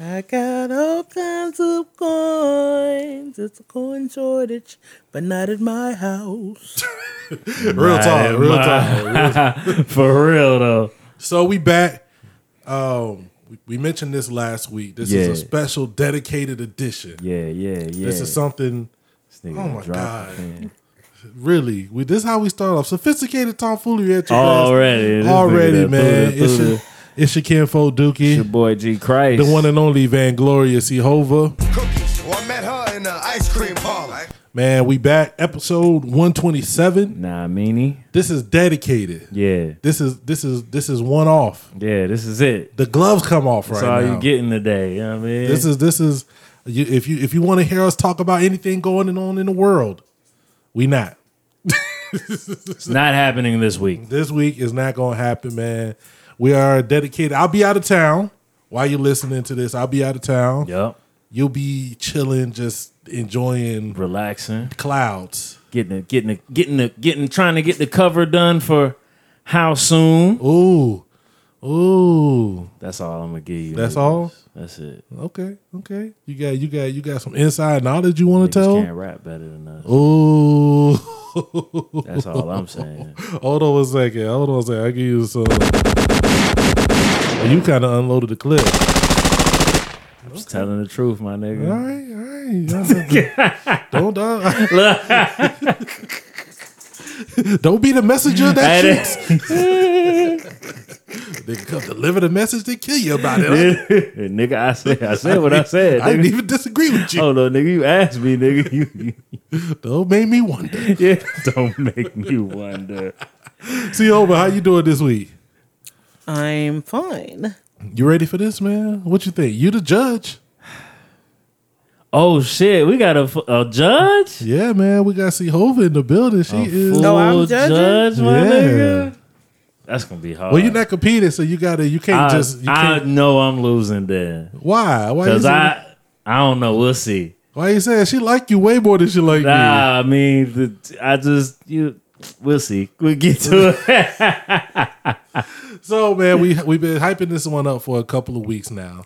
I got all kinds of coins. It's a coin shortage, but not at my house. Real talk, real talk. For real though. So we back. Um, we- we mentioned this last week. This is Yeah. a special dedicated edition. Yeah, yeah, yeah. This is something This nigga oh done my dropped God. the fan. really. We this is how we start off. Sophisticated tomfoolery at your Already, ass. this nigga already, done threw man. the- threw It's the- your it's your kinfolk Dookie, It's your boy G Christ. the one and only Vanglorious Jehovah. cookies. Well, I met her in the ice cream parlor. Man, we back episode one twenty seven. Nah, meanie. This is dedicated. Yeah, This is this is this is one off. yeah. This is it. The gloves come off right That's all now. you getting today. You know what I mean? This is this is you, if you if you want to hear us talk about anything going on in the world, we not. it's not happening this week. This week is not going to happen, man. We are dedicated. I'll be out of town while you're listening to this. I'll be out of town. Yup. You'll be chilling, just enjoying Relaxing. clouds. Getting the, getting the, getting the, getting trying to get the cover done for how soon? Ooh, ooh. That's all I'm gonna give you. That's niggas. all. That's it. Okay, okay. You got you got you got some inside knowledge you want to Niggas tell. can't rap better than us. Ooh. That's all I'm saying. Hold on a second. Hold on a second. I give you some. You kind of unloaded the clip. I'm just telling the truth, my All nigga. right, all right. don't don't, don't be the messenger of that Hey, shit. They can come deliver the message they kill you about it. nigga, I said, I said what I said. I didn't Nigga. even disagree with you. Hold on, nigga. You asked me, nigga. You, you Don't make me wonder. yeah, don't make me wonder. See over. How you doing this week? I'm fine. You ready for this, man? What you think? You the judge? Oh shit, we got a, f- a judge. Yeah, man. We got see Hova in the building. She is. No, I'm Full judging. Judge, my Yeah. nigga. That's gonna be hard. Well, you're not competing, so you gotta. You I, can't just. You I can't, know I'm losing then why? Why? You because say, I I don't know. We'll see. why you saying she like you way more than she like me? Nah, I mean, the, I just you. We'll see. We'll get to it. So man, we we've been hyping this one up for a couple of weeks now.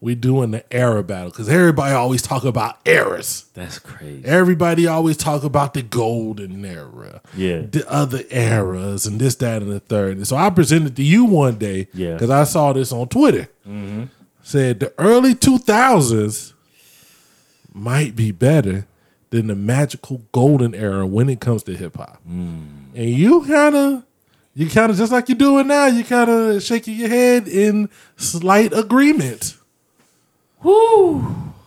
We doing the era battle because everybody always talk about eras. That's crazy. Everybody always talk about the golden era, Yeah. the other eras, and this, that, and the third. And so I presented to you one day, Yeah. because I saw this on Twitter. Mm-hmm. Said the early two thousands might be better than the magical golden era when it comes to hip hop. And you kind of, you kind of just like you're doing now. You kind of shaking your head in slight agreement.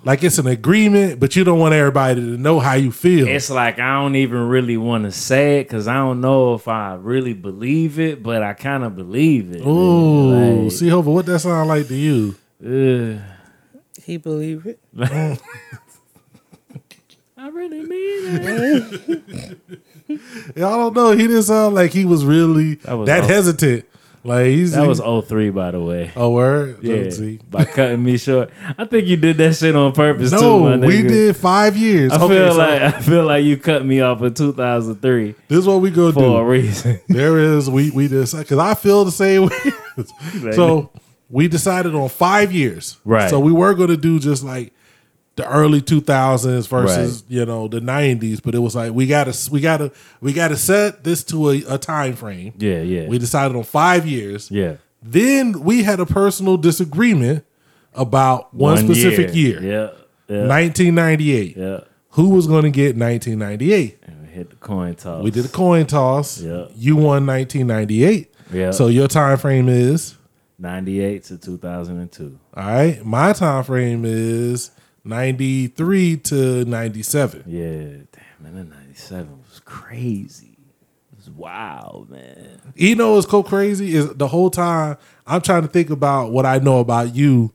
Like it's an agreement, but you don't want everybody to know how you feel. It's like I don't even really want to say it because I don't know if I really believe it, but I kind of believe it. Ooh, Like, see, Hova, what that sound like to you? Mm. ugh. He believe it. I really mean it. I don't know. He didn't sound like he was really that, was awesome. hesitant. Like he's That was 03, by the way. oh word. Yeah, Let's see. by cutting me short. I think you did that shit on purpose too, my No, nigga. we did five years. I Okay, feel so like I feel like you cut me off in 2003 this is what we gonna for a do. reason. There is we we decide because I feel the same way. so we decided on five years. Right. So we were gonna do just like the early two thousands versus you know the nineties, but it was like we gotta we gotta we gotta set this to a, a time frame. yeah, yeah, We decided on five years. yeah. Then we had a personal disagreement about one, specific year, Yeah, yeah, 1998. yeah. Who was going to get 1998? And we hit the coin toss. We did a coin toss. Yeah. You won 1998. Yeah. So your time frame is 98 to 2002. all right. My time frame is 93 to 97. Yeah, damn, man, that 97 was crazy. It was wild, man. You know what's so crazy is the whole time I'm trying to think about what I know about you,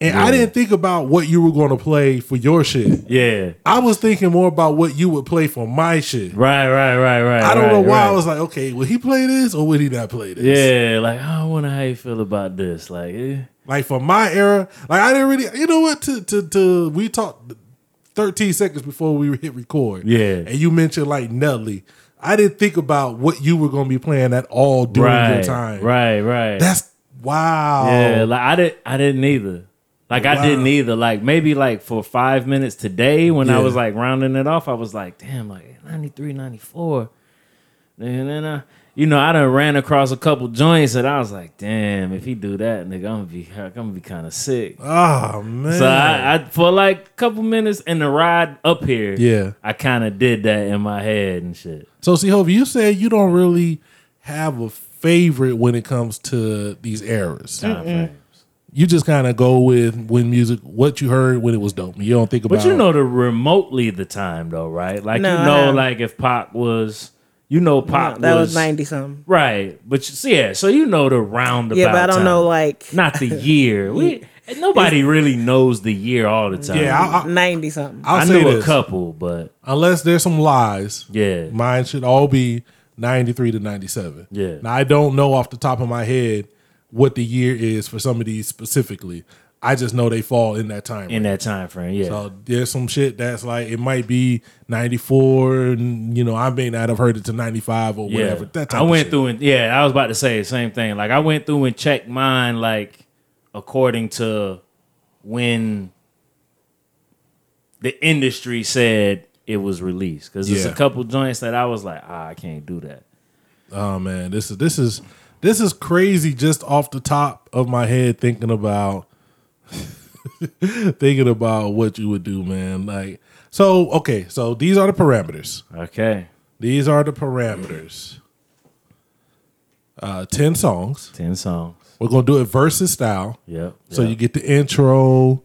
and I didn't think about what you were going to play for your shit. Yeah. I was thinking more about what you would play for my shit. Right, right, right, right. I don't right, know why I right. was like, okay, will he play this or would he not play this? Yeah, like I wonder how you feel about this. Like, eh. Like for my era, like I didn't really you know what to to to we talked 13 seconds before we hit record. Yeah. And you mentioned like Nelly. I didn't think about what you were gonna be playing at all during right, your time. right, right. That's wow. yeah, like I didn't, I didn't either. Like I didn't either. Like maybe like for five minutes today when I Yeah. was like rounding it off, I was like, damn, like 93, 94. And then I, you know, I done ran across a couple joints and I was like, damn, if he do that, nigga, I'm gonna be I'm gonna be kinda sick. Oh man. So I, I for like a couple minutes in the ride up here, Yeah. I kinda did that in my head and shit. so see, Hov, you said you don't really have a favorite when it comes to these eras. Time frame. You just kind of go with when music, what you heard when it was dope. You don't think about. But you know the remotely the time though, right? Like No, you I know, haven't. like if Pac was you know Pac that was ninety something. Right, but you, see, yeah, so you know the roundabout. Yeah, but I don't time. know like not the year. We nobody really knows the year all the time. Yeah, I, I, ninety something. I'll I say knew a this. couple, but Unless there's some lies. yeah, Mine should all be 93 to 97. Yeah. Now, I don't know off the top of my head what the year is for some of these specifically. I just know they fall in that time. in range. that time frame, yeah, so there's some shit that's like, it might be 94, and, you know, I may not have heard it to 95 or yeah. whatever. That type I of went shit. through and yeah, I was about to say the same thing. Like I went through and checked mine, like according to when the industry said it was released, because there's Yeah. a couple joints that I was like, ah, I can't do that. Oh man, this is this is this is crazy. Just off the top of my head, thinking about thinking about what you would do, man. Like, so okay, so these are the parameters. Okay, These are the parameters. Uh, ten songs. ten songs. We're gonna do it versus style. Yep. So yep. you get the intro.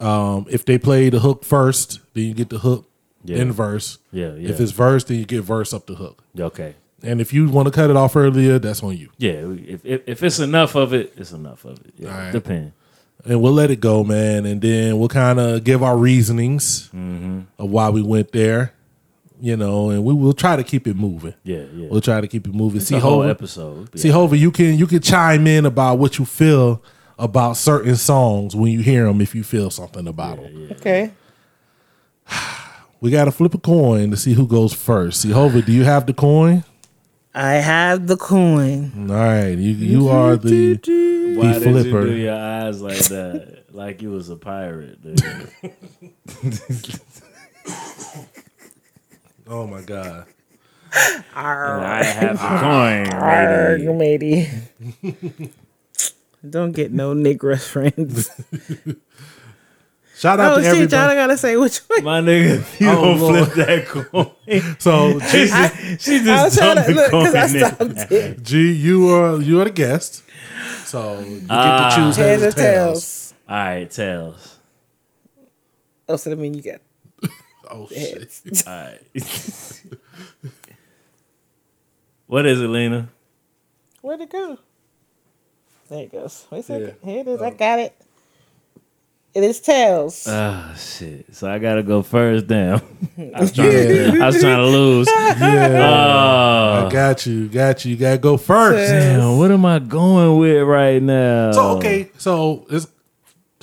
Um, if they play the hook first, then you get the hook Yeah. in verse. Yeah, yeah. If it's verse, then you get verse up the hook. Okay. And if you want to cut it off earlier, that's on you. Yeah. If, if if it's enough of it, it's enough of it. Yeah. All right. Depend. and we'll let it go, man. And then we'll kind of give our reasonings Mm-hmm. of why we went there, you know. And we will try to keep it moving. Yeah. Yeah. We'll try to keep it moving. See, the whole Hova, episode. Yeah. see, Hova, you can you can chime in about what you feel about certain songs when you hear them. If you feel something about them, Okay. we got to flip a coin to see who goes first. See, Hova, do you have the coin? I have the coin. All right, you you are the the Why did flipper. you do your eyes like that? like you was a pirate, dude. oh my god. I have the coin, Arg, lady. matey. Don't get no Negro friends. Shout out oh to shit, y'all I everybody. gotta say which one. My nigga, if you Oh, don't flip that coin. So G, I, She just I was trying dumped to the look coin because I in. stopped it. G, you are you are the guest, so you get Ah. to choose Heads heads or or tails. tails. All right, tails. Oh, so that mean you got Oh shit! heads. All right. what is it, Lena? Where'd it go? There it goes. Wait a second. Yeah. Oh. Here it is. I got it. It is tails. Ah, Oh shit! So I gotta go first down. Yeah, I was trying to lose. yeah. Oh, I got you, got you. You gotta go first. Tails. damn, what am I going with right now? So okay, so it's,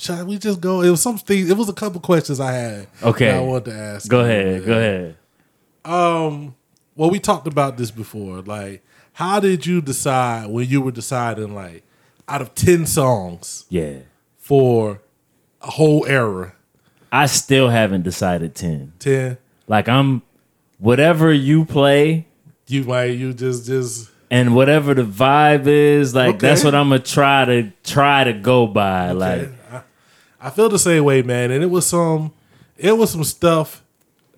shall we just go? It was some things. It was a couple questions I had. Okay. that I wanted to ask. Go you, ahead, man. Um, go ahead. Well, we talked about this before. Like, how did you decide when you were deciding? Like, out of ten songs Yeah, for a whole era, I still haven't decided ten. ten. Like I'm, whatever you play You might you just just and whatever the vibe is, like Okay. that's what I'm gonna try to try to go by. Like I feel the same way, man. And it was some, it was some stuff.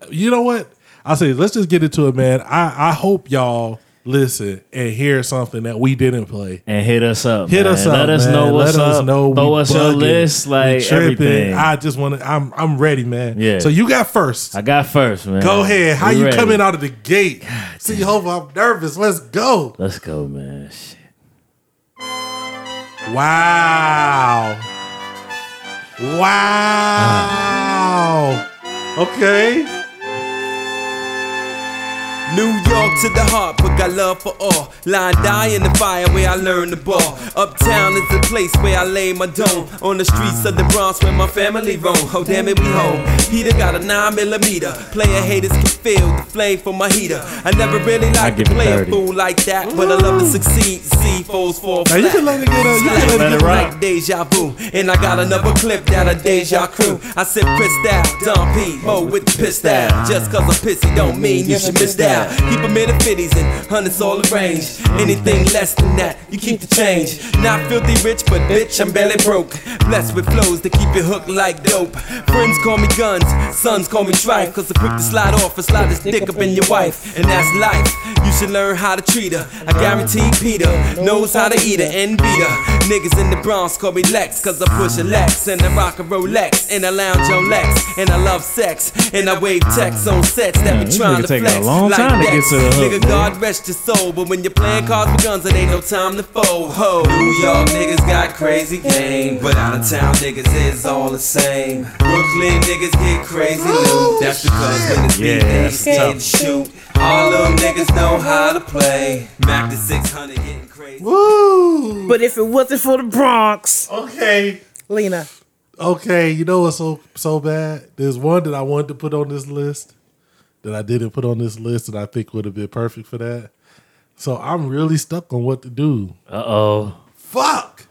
You know what? I'll say, let's just get into it, man. I, I hope y'all listen and hear something that we didn't play. and hit us up. Hit man. us up. Let us man. know what's Let us up. know Throw we us your bugging, list, we like tripping. everything. I, I just want to. I'm I'm ready, man. Yeah. So you got first. got first, man. Go ahead. How We you ready. coming out of the gate? See, hope I'm nervous. Let's go. Let's go, man. Shit. Wow. Wow. Okay. New York to the heart, but got love for all. Line die in the fire where I learned the ball. Uptown is the place where I lay my dome. On the streets of the Bronx where my family roam. Oh damn it, we home. Heater got a nine millimeter. Player haters can feel the flame from my heater. I never really like to give it play a 30. fool like that, but I love to succeed. See foes fall Now flat. you can let it get up. You can let it Let get it rock. Like deja vu, and I got another clip that a deja crew. I said pissed out, Don P, Mo with the pissed out. Just cause I'm pissy don't mean you should miss out. Keep 'em in the fifties and hundreds all arranged. Anything less than that, you keep the change. Not filthy rich, but bitch, I'm barely broke. Blessed with flows that keep you hooked like dope. Friends call me guns, sons call me trife, cause I'm quick to slide off and slide this dick up in your wife. And that's life, you should learn how to treat her. I guarantee Peter knows how to eat her and beat her. Niggas in the Bronx call me Lex, cause I push a Lex and I rock a Rolex and I lounge on Lex and I love sex and I wave texts on sets that Man, be this trying nigga to taking a flex. long like time to get Dex. to the hook, Nigga, man. God rest your soul, but when you're playing cards with guns, it ain't no time to fold. Ho, New York niggas got crazy game, but out of town niggas is all the same. Brooklyn niggas get crazy loot, that's because when it's Yeah, beat, they that's scared tough. to shoot. All them niggas know how to play. Mac the 600 getting crazy. Woo! But if it wasn't for the Bronx, Okay. Lena, Okay, you know what's so so bad? There's one that I wanted to put on this list that I didn't put on this list and I think would have been perfect for that. So I'm really stuck on what to do. Uh oh. Fuck.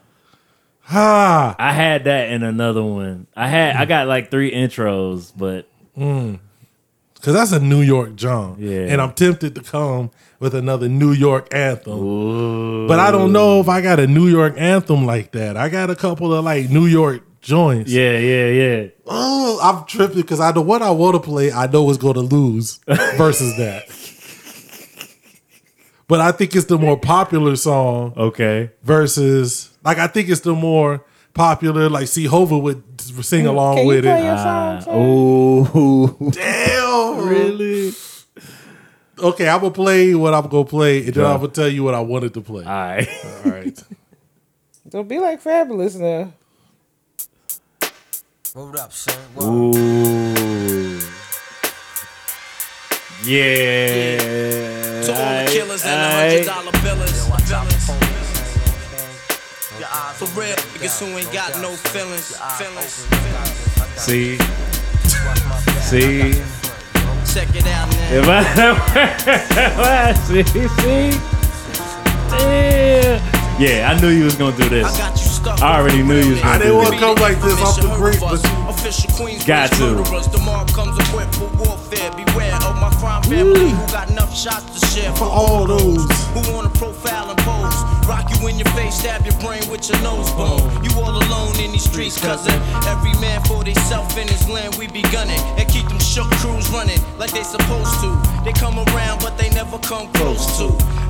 Ha. I had that in another one. I had I got like three intros, but Cause that's a New York John. Yeah. And I'm tempted to come with another New York anthem. But I don't know if I got a New York anthem like that. I got a couple of like New York joints. yeah, yeah, yeah. Oh, I'm tripping because I know what I want to play. I know is going to lose versus that. But I think it's the more popular song Okay. versus like I think it's the more popular. Like see, Hova would sing Mm, along can you with play it. your song? sir? Oh, Damn, really? Okay, I'm gonna play what I'm gonna play, and then I'm gonna tell you what I wanted to play. All right. All right. Don't be like fabulous now. Hold up, son. Ooh. Yeah. To all the killers and the hundred dollar billers. For real, niggas who ain't got no feelings. feelings. See, see. Check it out now. If I see, see. Damn. Yeah, I knew you was gonna do I this. got you stuck. I already knew you was gonna I didn't do want to this. come like this off the brick, but Official Queens Got bitch to. murderers. The mob comes equipped for warfare. Beware of my crime family who got enough shots to share. for all those, Who wanna profile and pose? Rock you in your face, stab your brain with your nose bone. You all alone in these streets, cousin. Every man for theyself in his land, we be gunning. And keep them shook crews running like they supposed to. They come around, but they never come close to.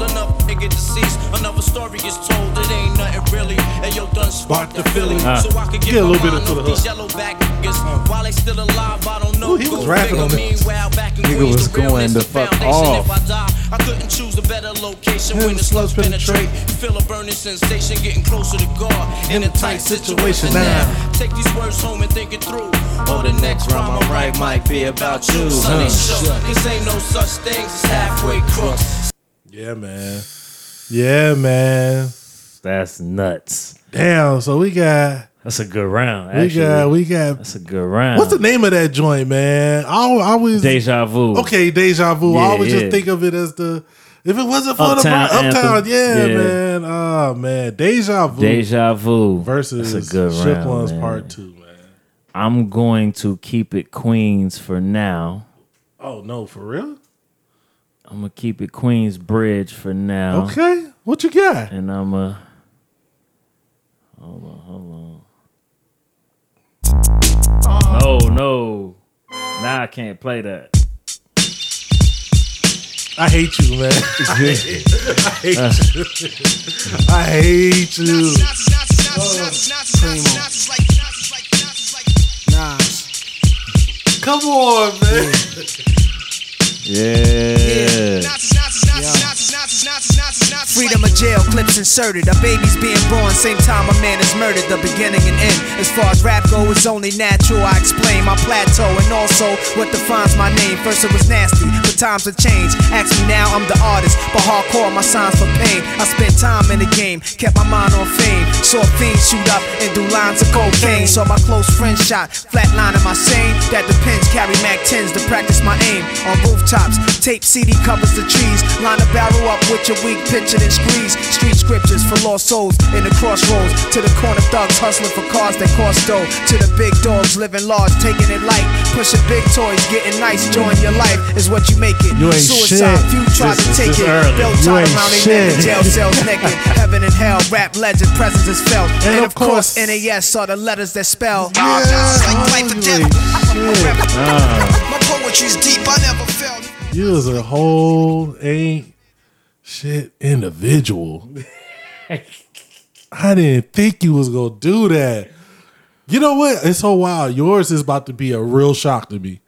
Another nigga deceased, another story gets told. It ain't nothing really. And yo, done sparked the feeling. Ah. So I could get, Get a my little bit mind into off the these yellow back niggas. While they still alive, I don't know. Ooh, he was Go rapping figure. on this. Meanwhile, back in Nigga Queens, was the realness going the is fuck foundation. off. If I die, I couldn't choose a better location Yeah, when the slugs penetrate. You feel a burning sensation getting closer to God in a tight situation now. Take these words home and think it through. Or the next rhyme I write might be about you. Son, they shook. Cause ain't no such things as halfway crooks. yeah, man, yeah, man. That's nuts. Damn. So we got. That's a good round. We Actually. got, we got. That's a good round. What's the name of that joint, man? I al- I always Deja vu. okay, deja vu. I Yeah, always yeah. just think of it as the if it wasn't for Uptown the Bron- anthem. uptown, yeah, Yeah. man. Oh man, deja vu Deja vu versus That's a good Ship round, One's man. Part Two, man. I'm going to keep it Queens for now. Oh no, for real? I'm gonna keep it Queens Bridge for now. Okay, what you got? And I'm a hold on, hold on. No, no. Now I can't play that. I hate you, man. I hate you. I hate you. Nas. Come on, man. Yeah. Freedom of jail clips inserted. A baby's being born, same time a man is murdered. The beginning and end. As far as rap go, it's only natural. I explain my plateau and also what defines my name. First it was nasty, but times have changed. Ask me now, I'm the artist, but hardcore my signs for pain. I spent time in the game, kept my mind on fame. Saw fiends shoot up and do lines of cocaine. Saw my close friend shot, flatline of my sane. That depends. Carry Mac 10s to practice my aim on rooftops. Tape CD covers the trees. Line a barrel up with your weak picture and squeeze. Street scriptures for lost souls in the crossroads. To the corner thugs hustling for cars that cost dough. To the big dogs living large, taking it light. Pushing big toys, getting nice. Join your life is what you make it. You ain't Suicide, shit. few try This to is- take this it. early. They'll You tie ain't around their neck in shit. jail cells naked. Heaven and hell, rap legend, presence is felt. And, of of course, course- NAS are the letters that spell. My poetry's deep, I never felt. You was a whole ain't shit individual. I didn't think you was gonna do that. You know what? It's so wild. Yours is about to be a real shock to me.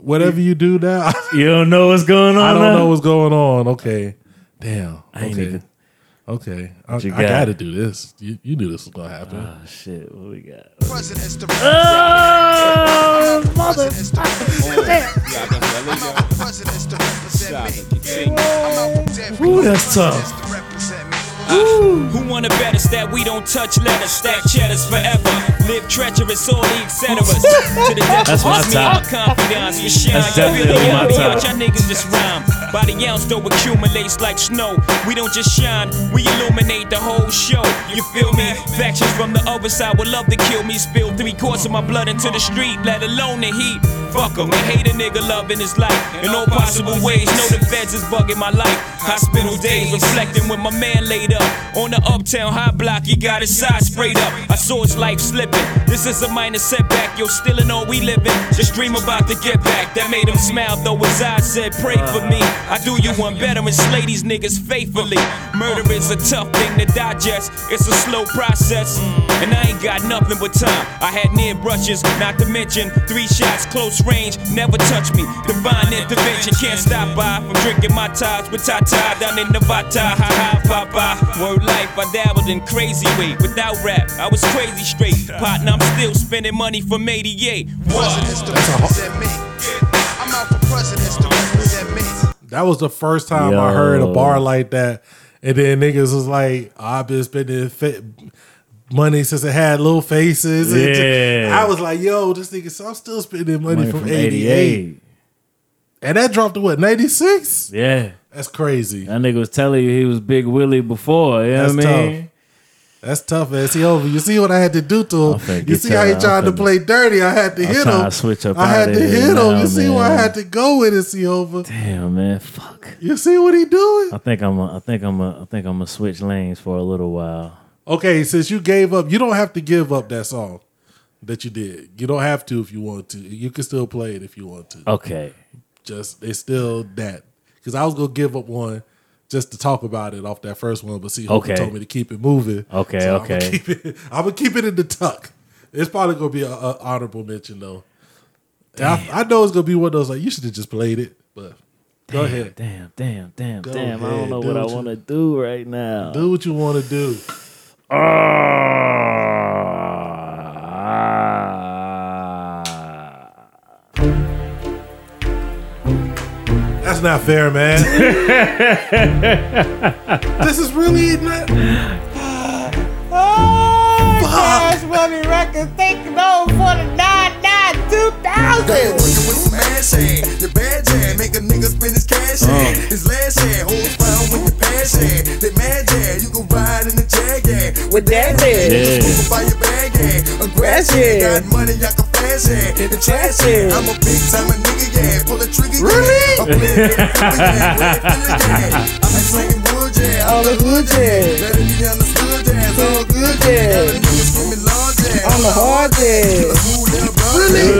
Whatever you do now, You don't know what's going on. I don't now? know what's going on. Okay, damn. I ain't okay. even- Okay, I, you I got? got to do this. You, you knew this was gonna happen. Oh, shit, what we got? President's the Oh, mother. president's to represent me. Ooh, that's tough. To represent me. Who wanna bet us that we don't touch letters, stack cheddars forever, live treacherous, all the etceteras. to the death That's of my us, me, time. our confidants, you shine. That's definitely you really my are me, time. but Y'all niggas just rhyme. By the ounce though accumulates like snow. We don't just shine, we illuminate the whole show. You feel me? Factions from the other side would love to kill me. Spill three quarts of my blood into the street, let alone the heat. Fuck 'em, they hate a nigga loving his life in all possible ways. Know the feds is bugging my life. Hospital days reflecting when my man laid up on the uptown high block. He got his side sprayed up. I saw his life slipping. This is a minor setback. Yo, still in all we living. Just dream about to get back. That made him smile though his eyes said, "Pray for me." I do you one better and slay these niggas faithfully. Murder is a tough thing to digest. It's a slow process, and I ain't got nothing but time. I had near brushes, not to mention three shots close range. Never touch me. Divine intervention can't stop by from drinking my ties with Tata down in Nevada. Ha ha, papa. Word life, I dabbled in crazy way. Without rap, I was crazy straight. Partner, I'm still spending money from 88. What? President's to represent me. I'm out for presidents to represent me. That was the first time I heard a bar like that. And then niggas was like, I've been spending fa- money since it had little faces. And just- Yeah. I was like, yo, this nigga, so I'm still spending money, Money from, 88. And that dropped to what, 96? Yeah. That's crazy. That nigga was telling you he was Big Willie before. You know That's what I mean? That's tough, man. See, over. You see what I had to do to I'm finna him. You get see how he y'all. I'm tried to finna- play dirty. I had to I'm hit trying to him. switch up I out had of to here hit him. now, you see where I man. had to go with it, see over. Damn, Oh, man. Fuck. You see what he doing? I think I'm a, I think I'm a, I think I'm gonna switch lanes for a little while. Okay, since you gave up, you don't have to give up that song that you did. You don't have to if you want to. You can still play it if you want to. Okay. Just it's still that because I was gonna give up one just to talk about it off that first one, but see, Hooker Okay. told me to keep it moving. Okay, I'm okay. gonna, keep it, I'ma keep it in the tuck. It's probably gonna be an honorable mention though. And I, I know it's gonna be one of those like you should have just played it, but go ahead, Damn, damn, damn, Go damn. I ahead, don't know do what I what you- want to do right now. do what you want to do. Ah. That's not fair, man. this is really not. Oh, Cash Money Records taking over for the 99 2000. with smash hand. Your bad hand make a nigga spend his cash hand. His last hand holds found when you pass hand. They mad hand. You can ride in the jag hand. With that said, Yeah. People buy your bag hand. A Grass grass hand. hand. Got money, I can flash hand. The trash hand. I'm a big time a nigga yeah. Pull a trigger yeah. I'm playing with the trigger, yeah. I'm just slinging wood yeah. I'm on the hood jazz, Let it be understood yeah. It's all good yeah. jazz. Got a nigga screaming large yeah. on the hard jazz. Ooh, little brother. Really?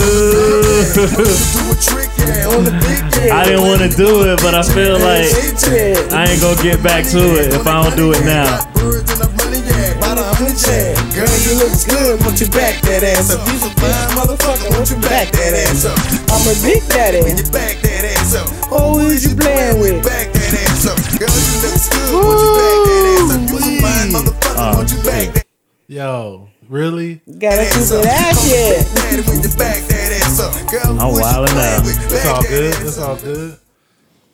Do a trick, yeah. Oh, on the big game. I didn't want to do it, but I feel like like I ain't gonna get back to it if I don't do it now. Birds in the money, yeah, by the hundred check. Girl, you look good, want you back that ass up. You's a fine motherfucker, want you back that ass up. I'm a big daddy. You back that ass up. Oh, Who is you playing with? Back that ass up. Girl, you look good, want you back that ass up. You a fine motherfucker, Uh, want you back that Yo, really? Gotta keep ass up. it out here. Daddy with the back that ass up. Girl, I'm what you wildin' playing out. with? It's Back all that good. ass It's up. all good.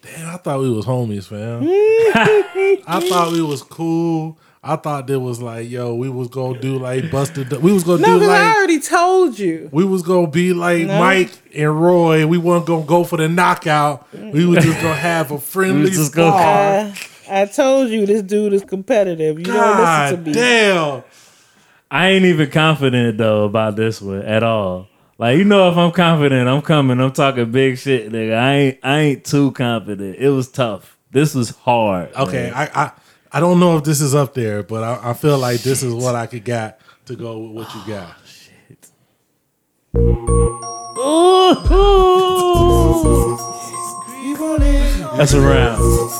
Damn, I thought we was homies, fam. I thought we was cool. I thought there was like, yo, we was gonna do like busted. We was gonna No, do because I like already told you. we was gonna be like Mike and Roy. We wasn't gonna go for the knockout. We was just gonna have a We friendly was just gonna- spar. I, Uh, I told you this dude is competitive. You don't God listen to me. damn. I ain't even confident though about this one at all. Like you know, if I'm confident, I'm coming. I'm talking big shit, nigga. I ain't, I ain't too confident. It was tough. This was hard. Okay, man. I, I I don't know if this is up there, but I, I feel like this is what I could got to go with what you got. that's a round.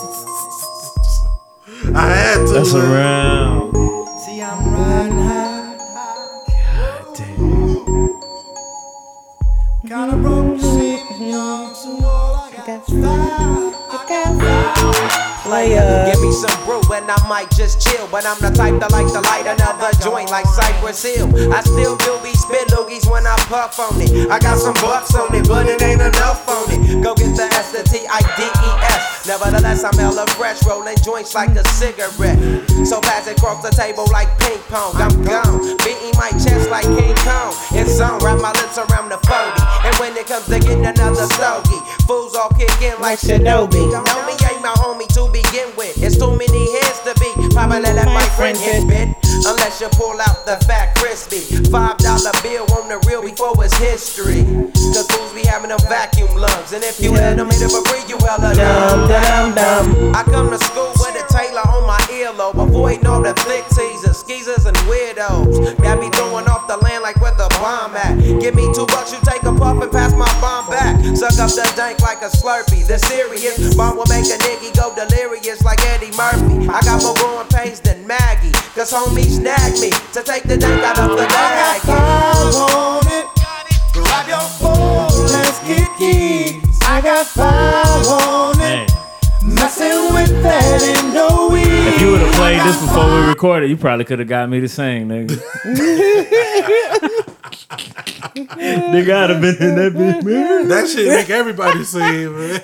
I had to. That's a round. Like, uh, Give me some brew and I might just chill. But I'm the type that like to light another joint like Cypress Hill. I still do be spit loogies when I puff on it. I got some bucks on it, but it ain't enough on it. Go get the S, the T, I, D, E, S. Nevertheless, I'm hella fresh, rolling joints like a cigarette. So pass it across the table like ping pong. I'm gone, beating my chest like King Kong. It's on, wrap my lips around the 40. And when it comes to getting another stogie, fools all kicking like Shinobi. Know me ain't my homie to begin with. It's too many heads to be. Probably let my friend hit bit. Unless you pull out the fat crispy. Five dollar bill on the real before it's history. Cause fools be having them vacuum lungs. And if you let them hit it for free, you hella dumb, dumb, dumb. I come to school with a Taylor on my earlobe. Avoiding all the thick teasers, skeezers, and weirdos. That be throwing off the land like where the bomb at. Give me two bucks, you take a puff and pass my bomb back. Suck up the dank like a slurpee. The serious bomb will make a nigga go delirious like Eddie Murphy. I got more growing pains than Maggie. Cause homie snagged me to take the dank out of the bag. Man. If you would have played this before we recorded, you probably could have got me to sing, nigga. nigga, I'd have been in that bitch, man. That shit make everybody sing, man.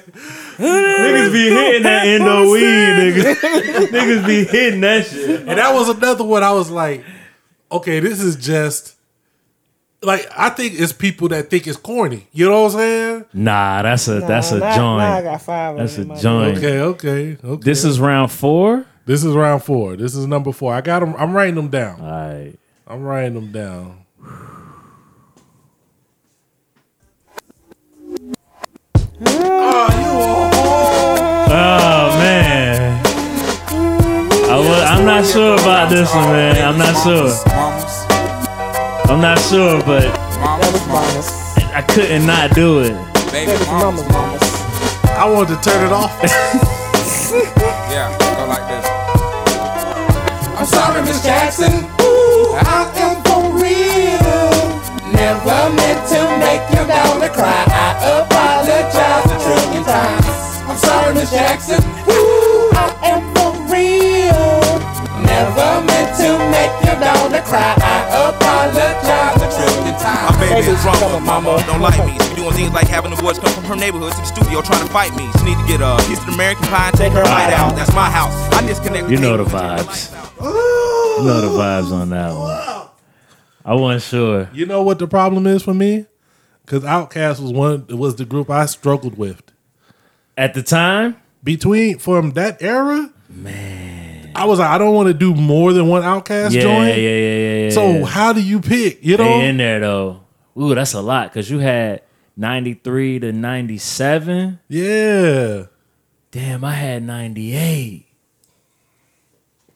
Niggas be hitting that endo weed, nigga. Niggas be hitting that shit. And that was another one I was like, okay, this is just like I think it's people that think it's corny. You know what I'm saying? Nah, that's a that's a nah, Nah, I joint. got five That's a of them. joint. Okay, okay, okay. This is round four. this is round four. This is number four. I got them. I'm writing them down. All right. I'm writing them down. Oh man. I was, I'm not sure about this one, man. I'm not sure. I'm not sure, but I couldn't not do it. I wanted to turn it off. Yeah, go like this. I'm sorry, Miss Jackson. Ooh, I am for real. Never meant to make your daughter cry. I apologize a trillion times. I'm sorry, Miss Jackson. Ooh, I am for real. Never meant to make your daughter cry. I apologize a trillion times. My baby is drama, mama. Don't like me. She doing things like having the boys come from her neighborhood to the studio trying to fight me. She need to get a piece of American pie and take her bite out. That's my house. I disconnect. You know the vibes. You know the vibes on that one. I wasn't sure. You know what the problem is for me? Because Outkast was one was the group I struggled with. At the time, Between from that era, man, I was like, I don't want to do more than one Outkast yeah, yeah, yeah, joint. yeah, yeah. So yeah. how do you pick? You know, they in there though. Ooh, that's a lot because you had 93 to 97. yeah. Damn, I had 98.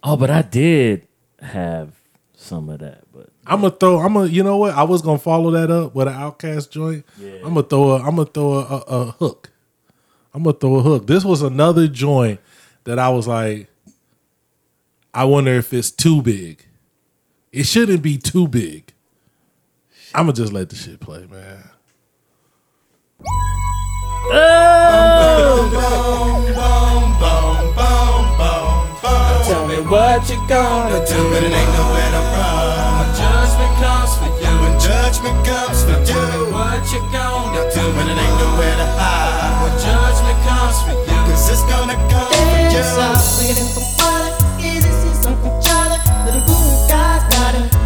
Oh, but I did have some of that, but I'm gonna throw. I'm gonna. You know what? I was gonna follow that up with an outcast joint. I'm gonna throw. A, I'm gonna throw a, a, a hook. I'm gonna throw a hook. This was another joint that I was like, I wonder if it's too big. It shouldn't be too big. I'm gonna just let the shit play, man. Oh! Tell me what you gonna do, but it ain't nowhere to run. When judgment comes for you, when judgment comes for you. Tell me what you gonna do, but it ain't nowhere to hide. When judgment comes for you, cause it's gonna come for you.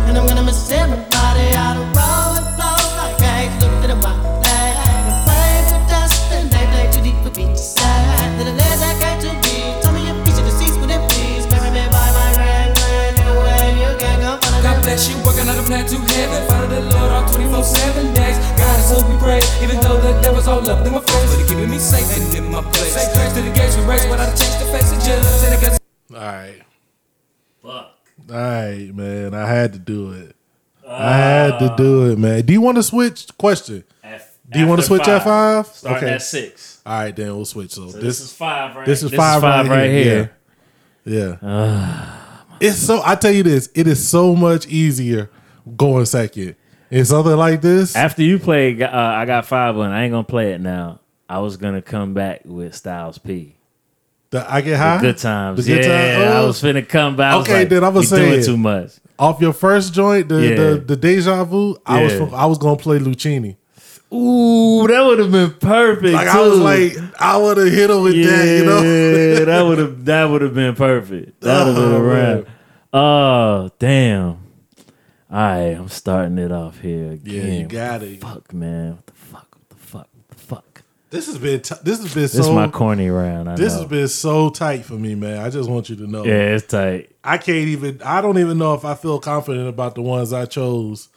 And I'm gonna miss everybody out of roll and flow like eggs looked at a white flag. The flames were dust and they played too deep for beach side. Little legs I got to be. Tell me a piece of the seats, would it please? Bury me by my grand grand away. You can't go follow God bless you, working on a plan to heaven. Follow the Lord all 24 7 days. God is who we pray, even though the devil's all up in my face. But he keeping me safe and in my place. Say grace to the gates we raise, but I change the face of Jesus. And against All right. All right, man. I had to do it. Ah. I had to do it, man. Do you want to switch? Question. F- do you want to after switch at five. five? Starting at six. All right, then we'll switch. So, So this, this is five, right? This is This is five, five right, right here. Yeah. it's so. I tell you this. It is so much easier going second. It's something like this. After you play, uh, I got five one. I ain't gonna play it now. I was gonna come back with Styles P. The I get The high. good times. The good yeah, time- I oh. was finna come back. I was Okay, like, then I'ma you say doing it. too much. Off your first joint, the Yeah. the, the deja vu. I was Yeah. from, I was gonna play Lucini. Ooh, that would have been perfect. Like I was too. like I would have hit him with that. You know. Yeah, that would have that would have been perfect. That would have been a Oh, wrap. Oh damn! All right, I'm starting it off here Yeah, again. you got it. Fuck, man. What the fuck? What the fuck? What the fuck? This has been t- this has been this is so my corny round. I this know. has been so tight for me, man. I just want you to know. yeah, it's tight. I can't even. I don't even know if I feel confident about the ones I chose,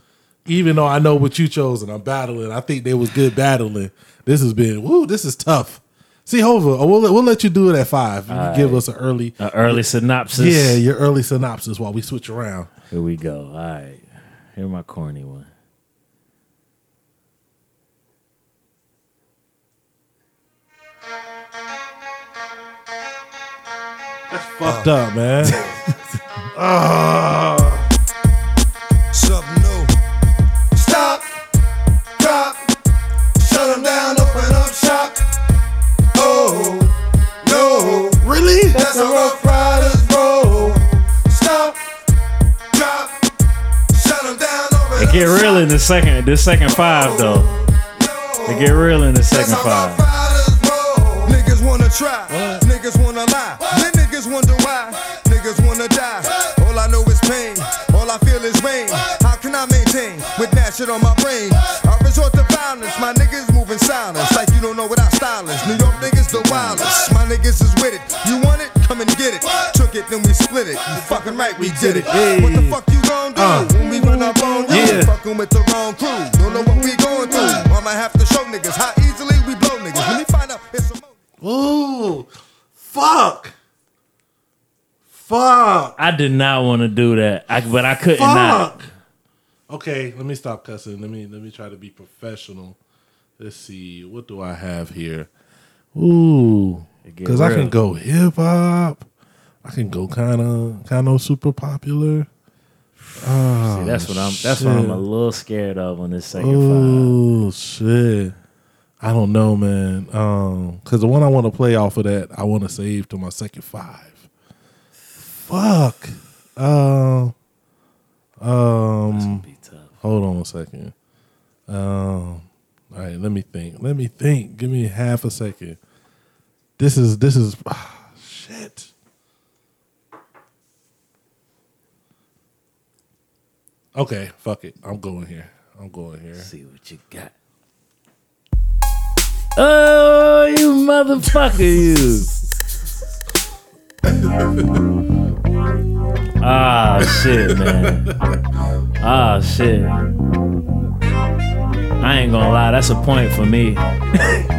even though I know what you chose and I'm battling. I think they was good battling. This has been woo. This is tough. See, Hova, uh, we'll we'll let you do it at five. You can All give right. us an early, An early synopsis. yeah, your early synopsis while we switch around. Here we go. All right. Here's my corny one. Fucked up, man. Ah. Something new. Stop, drop, shut 'em down, open up shop. Oh, no. Really? That's a rough rider's roll. Stop, drop, shut 'em down, open It get real in the second. This second five though. It get real in the second five. Niggas wanna try, niggas wanna lie, then niggas wonder why, niggas wanna die. All I know is pain, all I feel is rain. How can I maintain with that shit on my brain? I resort to violence, my niggas moving silence, like you don't know what our style is. New York niggas the wildest, my niggas is with it. You want it? Come and get it. Took it, then we split it. You fucking right, we did it. What the fuck you gon' do Uh. when we run up on you? Yeah. Fucking with the wrong crew, don't know what we going through. Mama have to show niggas how easily we blow niggas. Let me find out it's some. Ooh, fuck, fuck, I did not want to do that, I, but I couldn't not. fuck. Okay, let me stop cussing. Let me let me try to be professional. Let's see, what do I have here? Ooh, get because I real. can go hip hop. I can go kind of kind of super popular. Oh, See, that's what I'm. That's what I'm shit. a little scared of on this second five. Oh shit! I don't know, man. Um, because the one I want to play off of that, I want to save to my second five. Fuck. Um. Um. Hold on a second. Um. All right, let me think. Let me think. Give me half a second. This is this is ah, shit. Okay, fuck it. I'm going here. I'm going here. See what you got. Oh, you motherfucker, you. ah, shit, man. Ah, shit. All I ain't gonna lie, that's a point for me.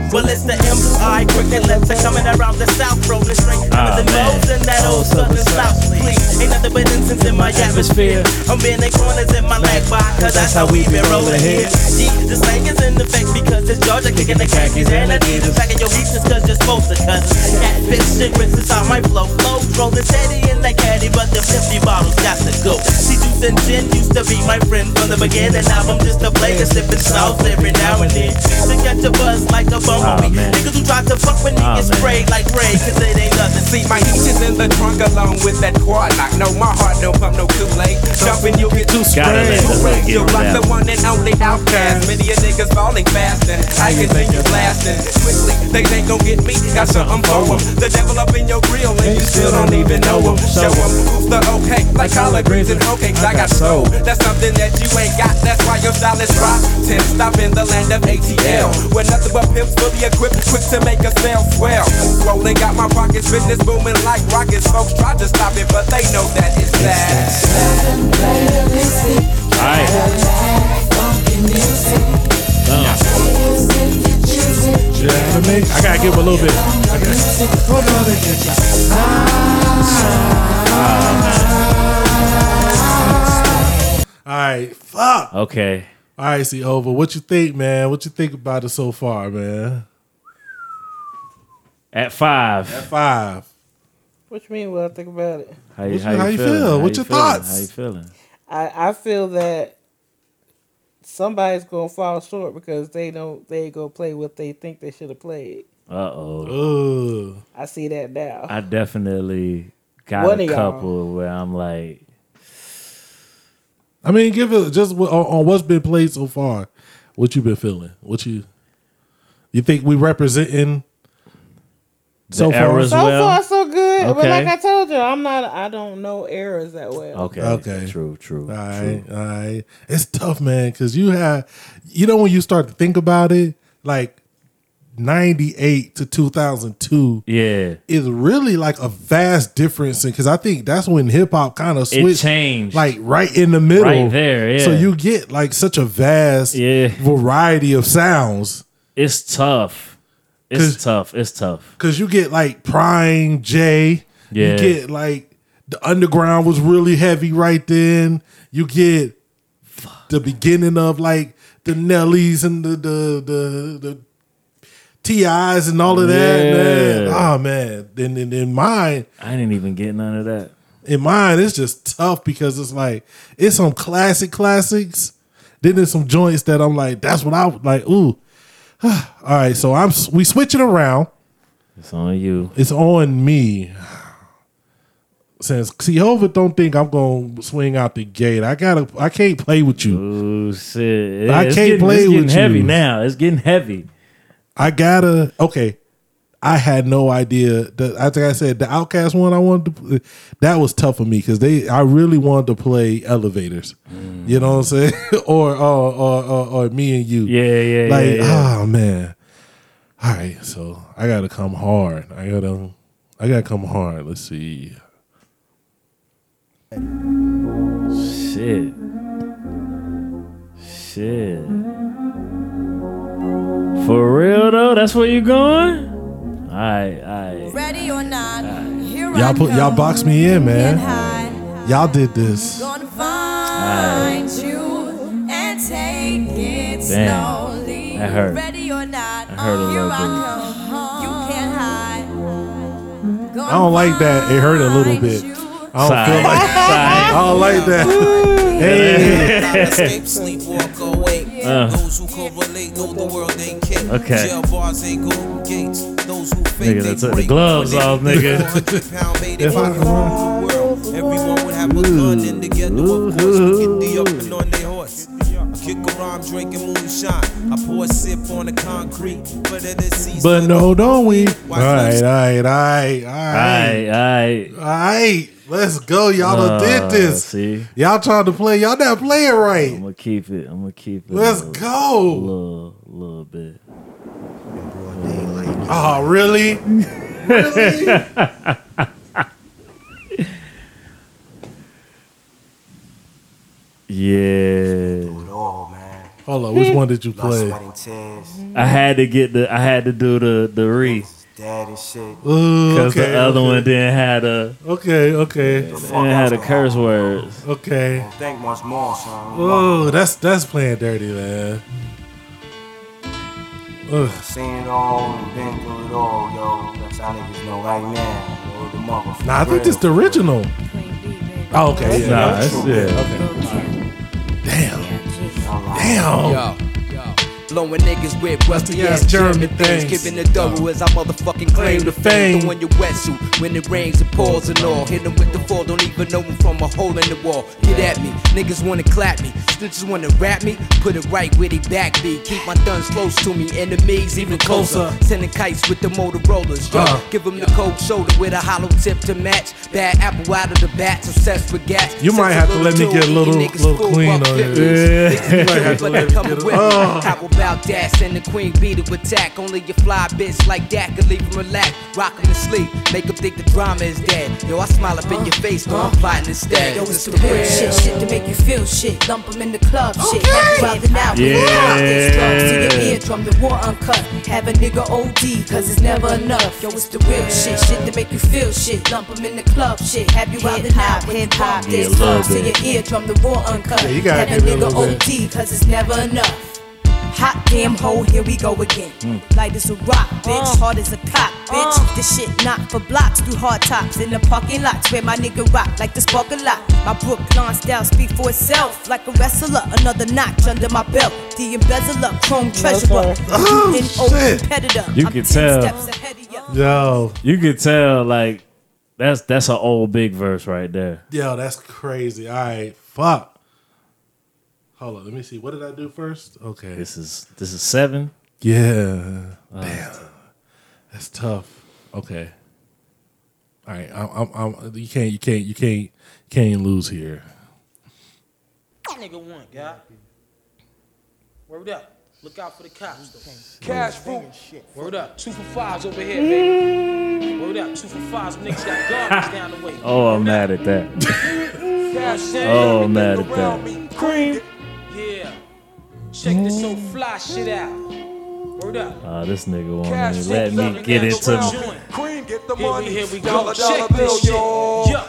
Well, it's the M.I. Crooked lips that coming around the south, rolling straight Ah, under the man. nose and that old southern south, please. Ain't nothing but incense in my atmosphere. I'm in the corners in my lag bar, cause that's how we been rolling here. Yeah, the slang is in effect because it's Georgia kicking the khakis and Adidas packing your beaches cause you're supposed to cut. Cat bitch shit grits inside my flow, flow, rolling steady in that caddy, but the 50 bottles got to go. See, juice and gin used to be my friend from the beginning. Now I'm just a player sipping sauce every now and then. To catch a buzz like a bumblebee. man. Niggas who try to fuck with me Ah, get man. sprayed like Ray, cause it ain't nothing. See, my heat is in the trunk along with that quad knock. No, my heart don't pump no Kool-Aid. Jumping, you'll get too Gotta let sprayed. the love get You're like the around. one and only outcast. Many of niggas falling fast and I can think you blasting. Quickly, they ain't gon' get me. Got something for 'em. The devil up in your grill and you still don't even know him. Show him who's the okay. Like collard greens and hoe cakes, I got soul. That's something that you ain't got. That's why your style is rotten. Stop in the land of ATL. Where nothing but pimps fully equipped, quick to make a smell swell. Rolling, got my pockets, business booming like rockets. Folks try to stop it, but they know that it's bad. I gotta give him a little bit. All right, fuck. Okay. All right, see over. What you think, man? What you think about it so far, man? At five. At five. What you mean? What I think about it? How What you- how you feel? What's your feeling? thoughts? How you feeling? I, I feel that somebody's gonna fall short because they don't they go play what they think they should have played. Uh oh. Ooh. I see that now. I definitely got One a of y'all. couple where I'm like, I mean, give it just what- on, on what's been played so far. What you been feeling? What you you think we representing so far? eras so far, so good. But Okay. like I told you, I'm not. I don't know errors that well. Okay. Okay. True. True. All right. All right. It's tough, man, because you have, you know, when you start to think about it, like ninety eight to two thousand two. Yeah. Is really like a vast difference because I think that's when hip hop kind of It switched, changed. like right in the middle, Right there, yeah. So you get like such a vast variety of sounds. It's tough. It's tough. It's tough. Cause you get like prying Jay. Yeah. You get like the underground was really heavy right then. You get the beginning of like the Nellies and the the the, the TIs and all of that, man. Yeah. Oh man. Then in, in mine I didn't even get none of that. In mine, it's just tough because it's like it's some classic classics. Then there's some joints that I'm like, that's what I would- like. Ooh, all right. So I'm s- we switching around. It's on you. It's on me. Since Seehova don't think I'm gonna swing out the gate, I gotta. I can't play with you. Oh shit! I It's can't getting- play it's with getting you. heavy now. It's getting heavy. I gotta. Okay, I had no idea. That I think I said the Outcast one. I wanted to. That was tough for me because they. I really wanted to play elevators. Mm. You know what I'm saying? or, or or or or me and you. Yeah, yeah, Like yeah, yeah. oh man. All right, so I gotta come hard. I gotta. I gotta come hard. Let's see. Shit. Shit. For real though, that's where you going? Alright, alright. Ready or not, here I Y'all put y'all boxed me in, man. Y'all did this. gonna find you and take it Damn. slowly. That hurt. Ready or not, That hurt a here little I bit. come. You can't hide. I don't like that. It hurt a little bit. I don't Sorry. feel like. Sorry. I don't like that. hey. Escape, sleep, walk away. Uh. Those who correlate know the world ain't kick. Okay. Jail bars ain't golden gates. Those who fake Nigga, they that's it. The break. gloves off, nigga. pound made it If I- for the world. Everyone would have a gun in the ghetto, of course. Get the up and on their horse. Kick around, drinking moonshine. I pour a sip on the concrete. But it is season. But no, don't we? All right, all right, all right, all Alright, right, alright. all right. Let's go. Y'all done Uh, did this. See? Y'all trying to play. Y'all not playing right. I'm gonna keep it. I'm gonna keep it. a Let's little- go. Little, little bit. Oh, really? really? Yeah. Hold Paulo, which one did you Lost play? sweating tears. I had to get the I had to do the the re Daddy shit. because okay, the other okay. one didn't had a Okay, okay. didn't had a curse words. Okay. Think much more, son. Oh, that's that's playing dirty, man. Ugh. Seen it all, and been through it all, yo. That's how niggas know right now. Yo, the motherfucker. Nah, I think this the original. Oh, okay. Yeah, Nah, that's- that's- yeah. yeah. Okay. Damn. Blowing niggas with rusty ass German things. Giving the double as I motherfucking claim the fame. Throwing your wetsuit when it rains, it pours and all. Hit 'em with the fall, don't even know 'em from a hole in the wall. Get at me, niggas wanna clap me. Snitches wanna rap me, put it right where they back be. Keep my guns close to me, enemies even closer. Sending kites with the Motorollas, yo. Uh. Give 'em the cold shoulder with a hollow tip to match. Bad apple out of the bat, obsessed with gas. You might have to let me get a little little clean on it. Yeah. Might have to let But they me coming get a- with me. Oh. How about that? Send the queen bee to attack. Only your fly bitch like that can leave 'em relaxed. Rock 'em to sleep. Make 'em think the drama is dead. Yo, I smile up in your face, though I'm plotting instead. Yo, it's the real shit, shit to make you feel shit. Dump 'em in the club, shit. Have you out and out. Yeah. This drugs to your eardrum, the war uncut. Have a nigga OD, cause it's never enough. Yo, it's the real shit, shit to make you feel shit. Dump 'em in the club, shit. Have you out and out. Hip hop, Yeah, this a little drugs to your bit. eardrum, the war uncut. Yeah, you gotta Have a give it a nigga little bit. OD, cause it's never enough. Hot damn hoe, here we go again. Hmm. Light as a rock, bitch. Hard as a cop, bitch. This shit not for blocks. Through hard tops in the parking lots where my nigga rock like the spark a lot. My Brooklyn style speak for itself like a wrestler. Another notch under my belt. The embezzler, chrome treasurer. Oh, You an old competitor. You I'm 10 could tell. steps ahead of ya. Yo, you could tell like that's that's an old big verse right there. Yo, that's crazy. All right, fuck. Hold on, let me see. What did I do first? Okay. This is this is seven. Yeah. Oh. Damn. That's tough. Okay. All right. I'm, I'm, I'm, you can't. You can't. You can't. Can't lose here. Nigga one, guy. Word up. Look out for the cops, though. Cash root. Word up. Two for fives over here, baby. Word up. Two for fives. Niggas got garbage down the way. Oh, I'm mad at that. Cash in. oh, I'm mad at that. Cream. Yeah. Check this old fly shit out. Word up. Ah, this nigga won't Cash even let me get it to me. Cream, get the here We, here we go. Dollar, dollar Check this shit. Yeah. I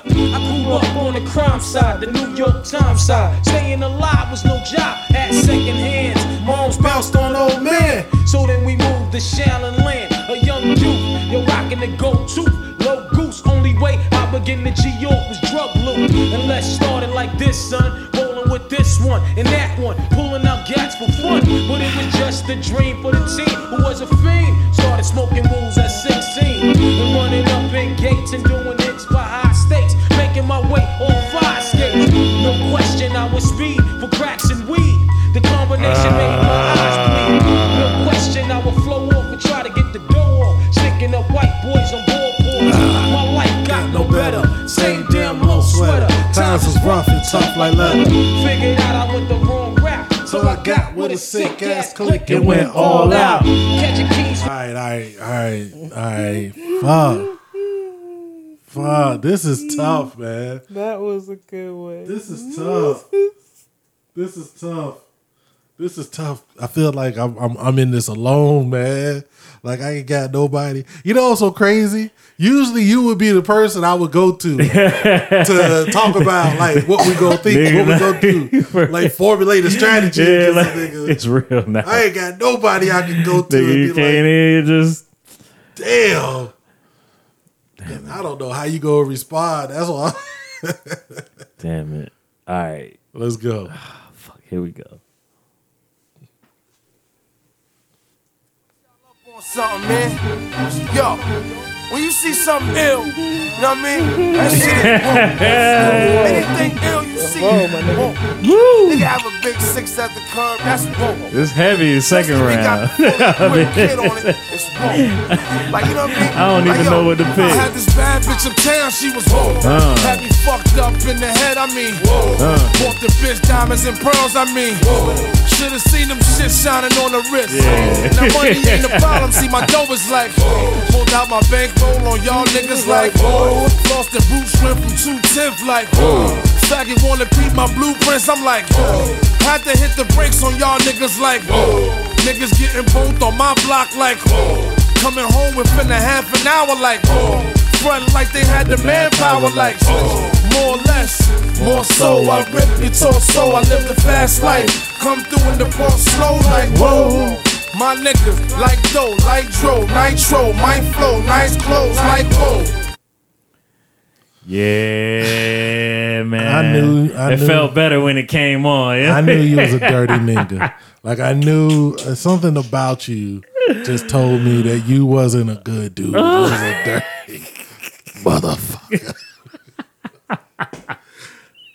grew up on the crime side, the New York Times side. Staying alive was no job. Had second hands. Moms bounced on old man. So then we moved to Shaolin Land. A young youth, you're rocking the go-to. Low goose, only way I begin to G York was drug loot. And let's start it like this, son. Rolling with this one and that one, pulling out gats for fun. But it was just a dream for the team who was a fiend. Started smoking rules at 16 and running up in gates and doing hits by high stakes. Making my way on five skates. No question, I was speed for cracks and weed. The combination made my eyes bleed. No question, I would flow off and try to get the dough off. Sticking up white boys on ballboards. My life got no better. Same damn low sweater. Times was rough and tough like leather. Figured out I went the wrong rap. So I got with a sick ass click and went all out. Catch your keys. All right, all right, all right, all right. Fuck. Fuck. This is tough, man. That was a good one. This is tough. This is tough. This is tough. I feel like I'm I'm, I'm in this alone, man. Like I ain't got nobody. You know what's so crazy? Usually you would be the person I would go to to talk about like what we gonna think, what we gonna do. Like formulate a strategy. Yeah, against like, this nigga. it's real now. I ain't got nobody I can go to Nigga, and you be can't like, even just damn. I don't know how you gonna respond. That's why. Damn it. All right. Let's go. Fuck, here we go. on something, man. Yo, when you see something ill, you know what I mean? That shit is woke. Anything ill you see, woke. Nigga have a big six at the curb, that's woke. This heavy is second round. I Put a kid on mean, it, it's woke. Like, you know what I mean? I don't Like, even yo, know what to I had pick. this bad bitch uptown, she was woke. Uh. Had me fucked up in the head, I mean, woke. Uh. Bought the bitch diamonds and pearls, I mean, woke. Should've seen them shits shining on the wrist. Yeah. Now money ain't the problem. See, my dough is like, pulled out my bankroll on y'all niggas like, whoa. Lost the boot strength from 210 like, whoa. Saggy wanna peep my blueprints. I'm like, whoa. Had to hit the brakes on y'all niggas like, whoa. Niggas getting both on my block like, whoa. Coming home within a half an hour like, whoa. Front like they had the manpower like, whoa. More or less, more so. I rip your torso. I live the fast life. Come through in the ball slow like, whoa. My niggas like dough, like dro, nitro, my flow, nice clothes, like whoa. Yeah, man. knew- I it knew- felt better when it came on. yeah. I knew you was a dirty nigga. Like I knew uh, something about you just told me that you wasn't a good dude. You was a dirty motherfucker.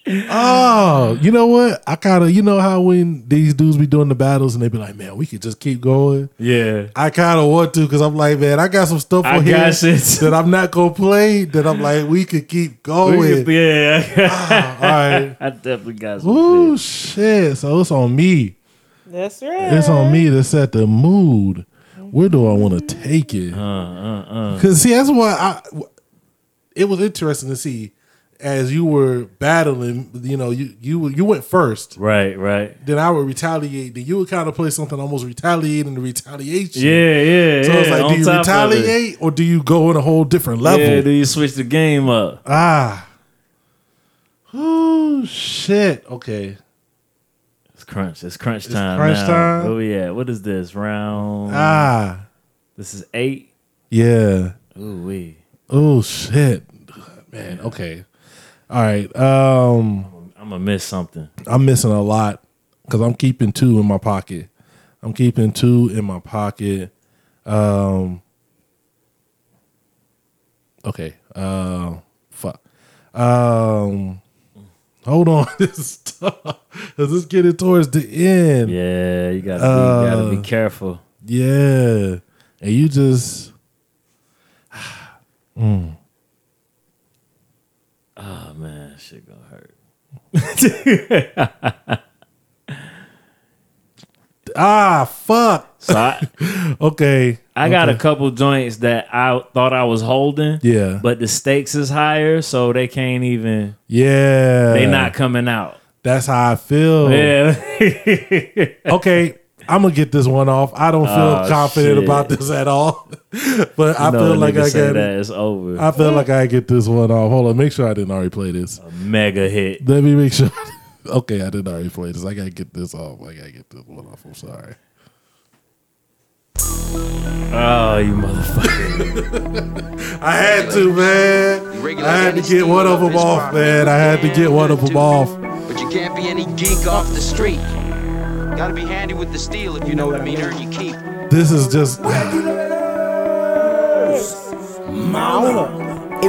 oh, you know what? I kind of you know how when these dudes be doing the battles and they be like, man, we could just keep going. Yeah. I kind of want to because I'm like, man, I got some stuff I on here got shit. that I'm not gonna play. That I'm like, we could keep going. We could- yeah. Oh, Ah, all right. I definitely got some. Ooh, shit. So it's on me. That's right. It's on me to set the mood. Where do I want to take it? Uh, Mm-hmm. Because see, that's why I. It was interesting to see as you were battling. You know, you you you went first, Right, right. then I would retaliate. Then you would kind of play something almost retaliating the retaliation. Yeah, yeah, So it's yeah, like, on do you top of it. retaliate or do you go on a whole different level? Yeah, do you switch the game up? Ah. Oh shit. Okay. It's crunch. It's crunch time. crunch now. time? Oh yeah. What is this round? Ah. This is eight. Yeah. Ooh wee. Oh shit. Man, okay. All right. Um I'm gonna miss something. I'm missing a lot cuz I'm keeping two in my pocket. I'm keeping two in my pocket. Um Okay. Uh fuck. Um Hold on. This is tough. Cuz it's getting towards the end. Uh, Yeah, you gotta be, you gotta be careful. Yeah. And you just Mm. Oh man, shit gonna hurt. ah fuck. So I, okay. I got a Okay. couple joints that I thought I was holding. Yeah. But the stakes is higher, so they can't even. Yeah. They not coming out. That's how I feel. Yeah. okay. I'm gonna get this one off. I don't feel Oh, confident shit. about this at all. but I You know feel a like nigga I say got that, it's over. I feel like I get this one off. Hold on, make sure I didn't already play this. Mega hit. Let me make sure. okay, I didn't already play this. I gotta get this off. I gotta get this one off. I'm sorry. Oh, you motherfucker. I had to, man. I had to get one of them off, man. I had to get one of them off. But you can't be any geek off the street. Gotta be handy with the steel if you know what I mean. Earn your keep. This is just It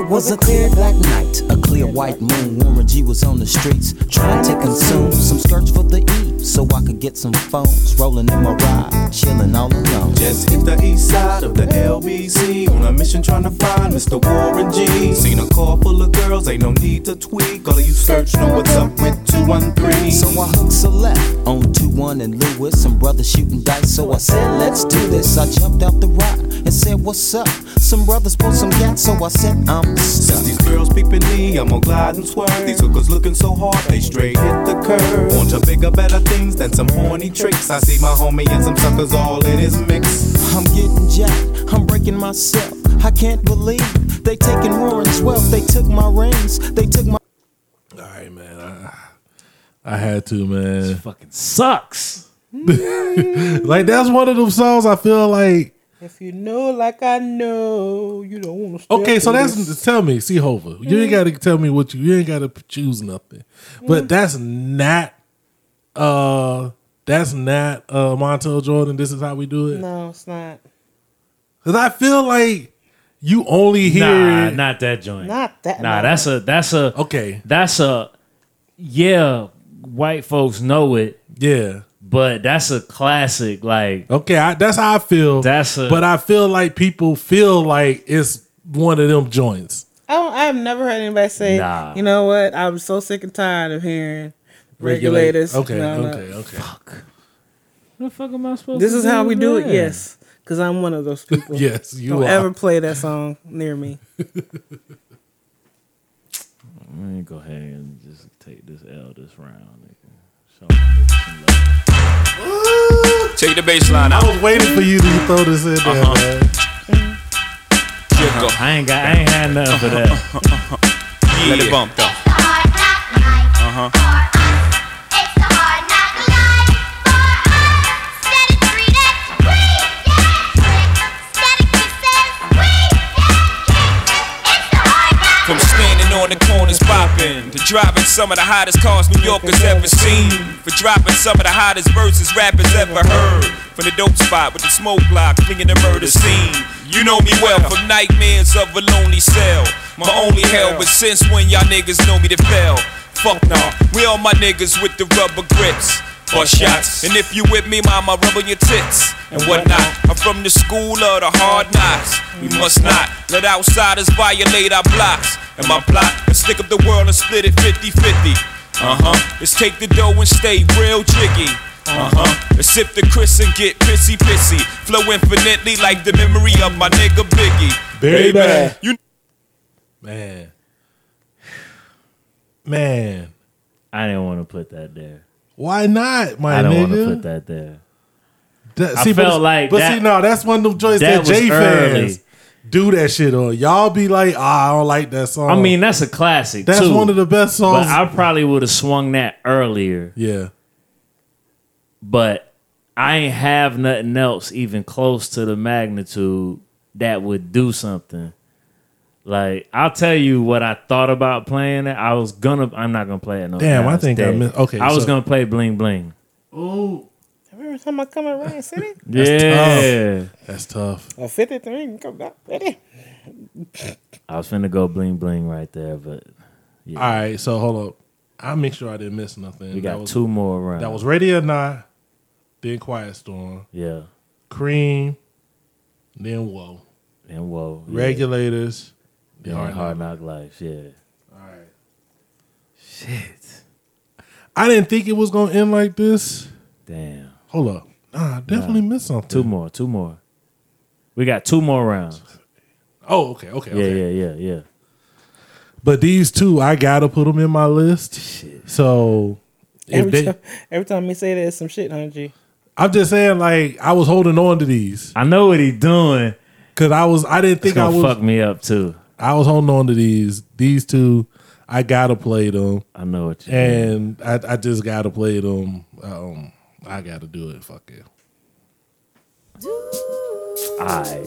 was a clear black night, a clear white moon. Warren G was on the streets trying to consume some skirts for the E so I could get some phones. Rolling in my ride, chilling all alone. Just hit the east side of the LBC on a mission trying to find Mr. Warren G. Seen a car full of girls, ain't no need to tweak. All of you search know what's up with 213. So I hooks a left on 2 1 and Lewis. Some brothers shooting dice, so I said, Let's do this. I jumped out the ride and said, What's up? Some brothers pulled some gas, so I said, I'm Since these girls peeping me, I'm gonna glide and swerve. These hookers looking so hard, they straight hit the curve. Want to bigger, better things than some horny tricks. I see my homie and some suckers all in his mix. I'm getting jacked, I'm breaking myself. I can't believe they taking Warren's wealth. They took my rings, they took my. I had to, man. fucking sucks. like that's one of them songs I feel like If you know like I know, you don't want to. Okay, so that's tell me, see Hova. You ain't gotta tell me what you you ain't gotta choose nothing. But that's not uh that's not uh Montel Jordan, this is how we do it. No, it's not. Cause I feel like you only hear Nah, it- not that joint. Not that- Nah, no. that's a that's a okay. That's a yeah. White folks know it. Yeah, but that's a classic. Like okay, I, that's how I feel. That's a but I feel like people feel like it's one of them joints. I don't, I've never heard anybody say, Nah. you know what? I'm so sick and tired of hearing Regulate- regulators. okay, No, no. okay, okay. The fuck am I supposed This to is how do we do it. that? Yes, because I'm one of those people. Yes, you Don't are. ever play that song near me. I'm gonna go ahead and just take this L this round. Take the baseline out. I was waiting for you to throw this in Uh-huh. there, man. Jiggle. I ain't got. I ain't had nothing for that. Let it bump though. Uh huh. From standing on the corners popping to driving some of the hottest cars New Yorkers ever seen. For dropping some of the hottest verses rappers ever heard. From the dope spot with the smoke block, clinging the murder scene. You know me well from nightmares of a lonely cell. My only hell, but since when y'all niggas know me to fail? Fuck nah, we all my niggas with the rubber grips. Bust shots, and if you with me, mama, rub on your tits and whatnot. I'm from the school of the hard knocks. We must not let outsiders violate our blocks. And my plot is stick up the world and split it 50 50. Uh huh. Let's take the dough and stay real jiggy. Uh huh. Let's sip the Chris and get pissy pissy. Flow infinitely like the memory of my nigga Biggie. Baby. You Man. Man. I didn't want to put that there. Why not, my I don't want to nigga? put that there. That- I see, but felt it's- like But that- see, no, that's one of them joints that that, was J early. fans do that shit on. Y'all be like, ah, I don't like that song. I mean, that's a classic. That's too. one of the best But songs. I probably would have swung that earlier. Yeah. But I ain't have nothing else even close to the magnitude that would do something. Like I'll tell you what I thought about playing it. I was gonna. I'm not gonna play it no. Damn, more. I was think I dead. miss- okay, I was so- gonna play Bling Bling. Oh. Remember time I come around city? yeah, that's tough. A 53 come back, ready? I was finna go Bling Bling right there, but yeah. All right, so hold up. I make sure I didn't miss nothing. We got was- two more rounds. That was Ready or Not, then Quiet Storm, yeah. Cream, then Whoa, then Whoa, yeah. Regulators, then Yeah, Hard Knock. hard knock life. Yeah. All right. Shit. I didn't think it was gonna end like this. Damn. Hold up. Nah, I definitely Nah. missed something. Two more. Two more. We got two more rounds. Oh, okay, okay, yeah, okay. yeah, yeah, yeah. But these two, I gotta put them in my list. So if Every, they, time, every time we say that, it's some shit, huh, G? I'm just saying, like I was holding on to these. I know what he doing. Cause I was, I didn't It's think I gonna was. fuck me up too. I was holding on to these. These two, I gotta play them. I know it. And I, I just gotta play them. Um, I gotta do it. Fuck it. I,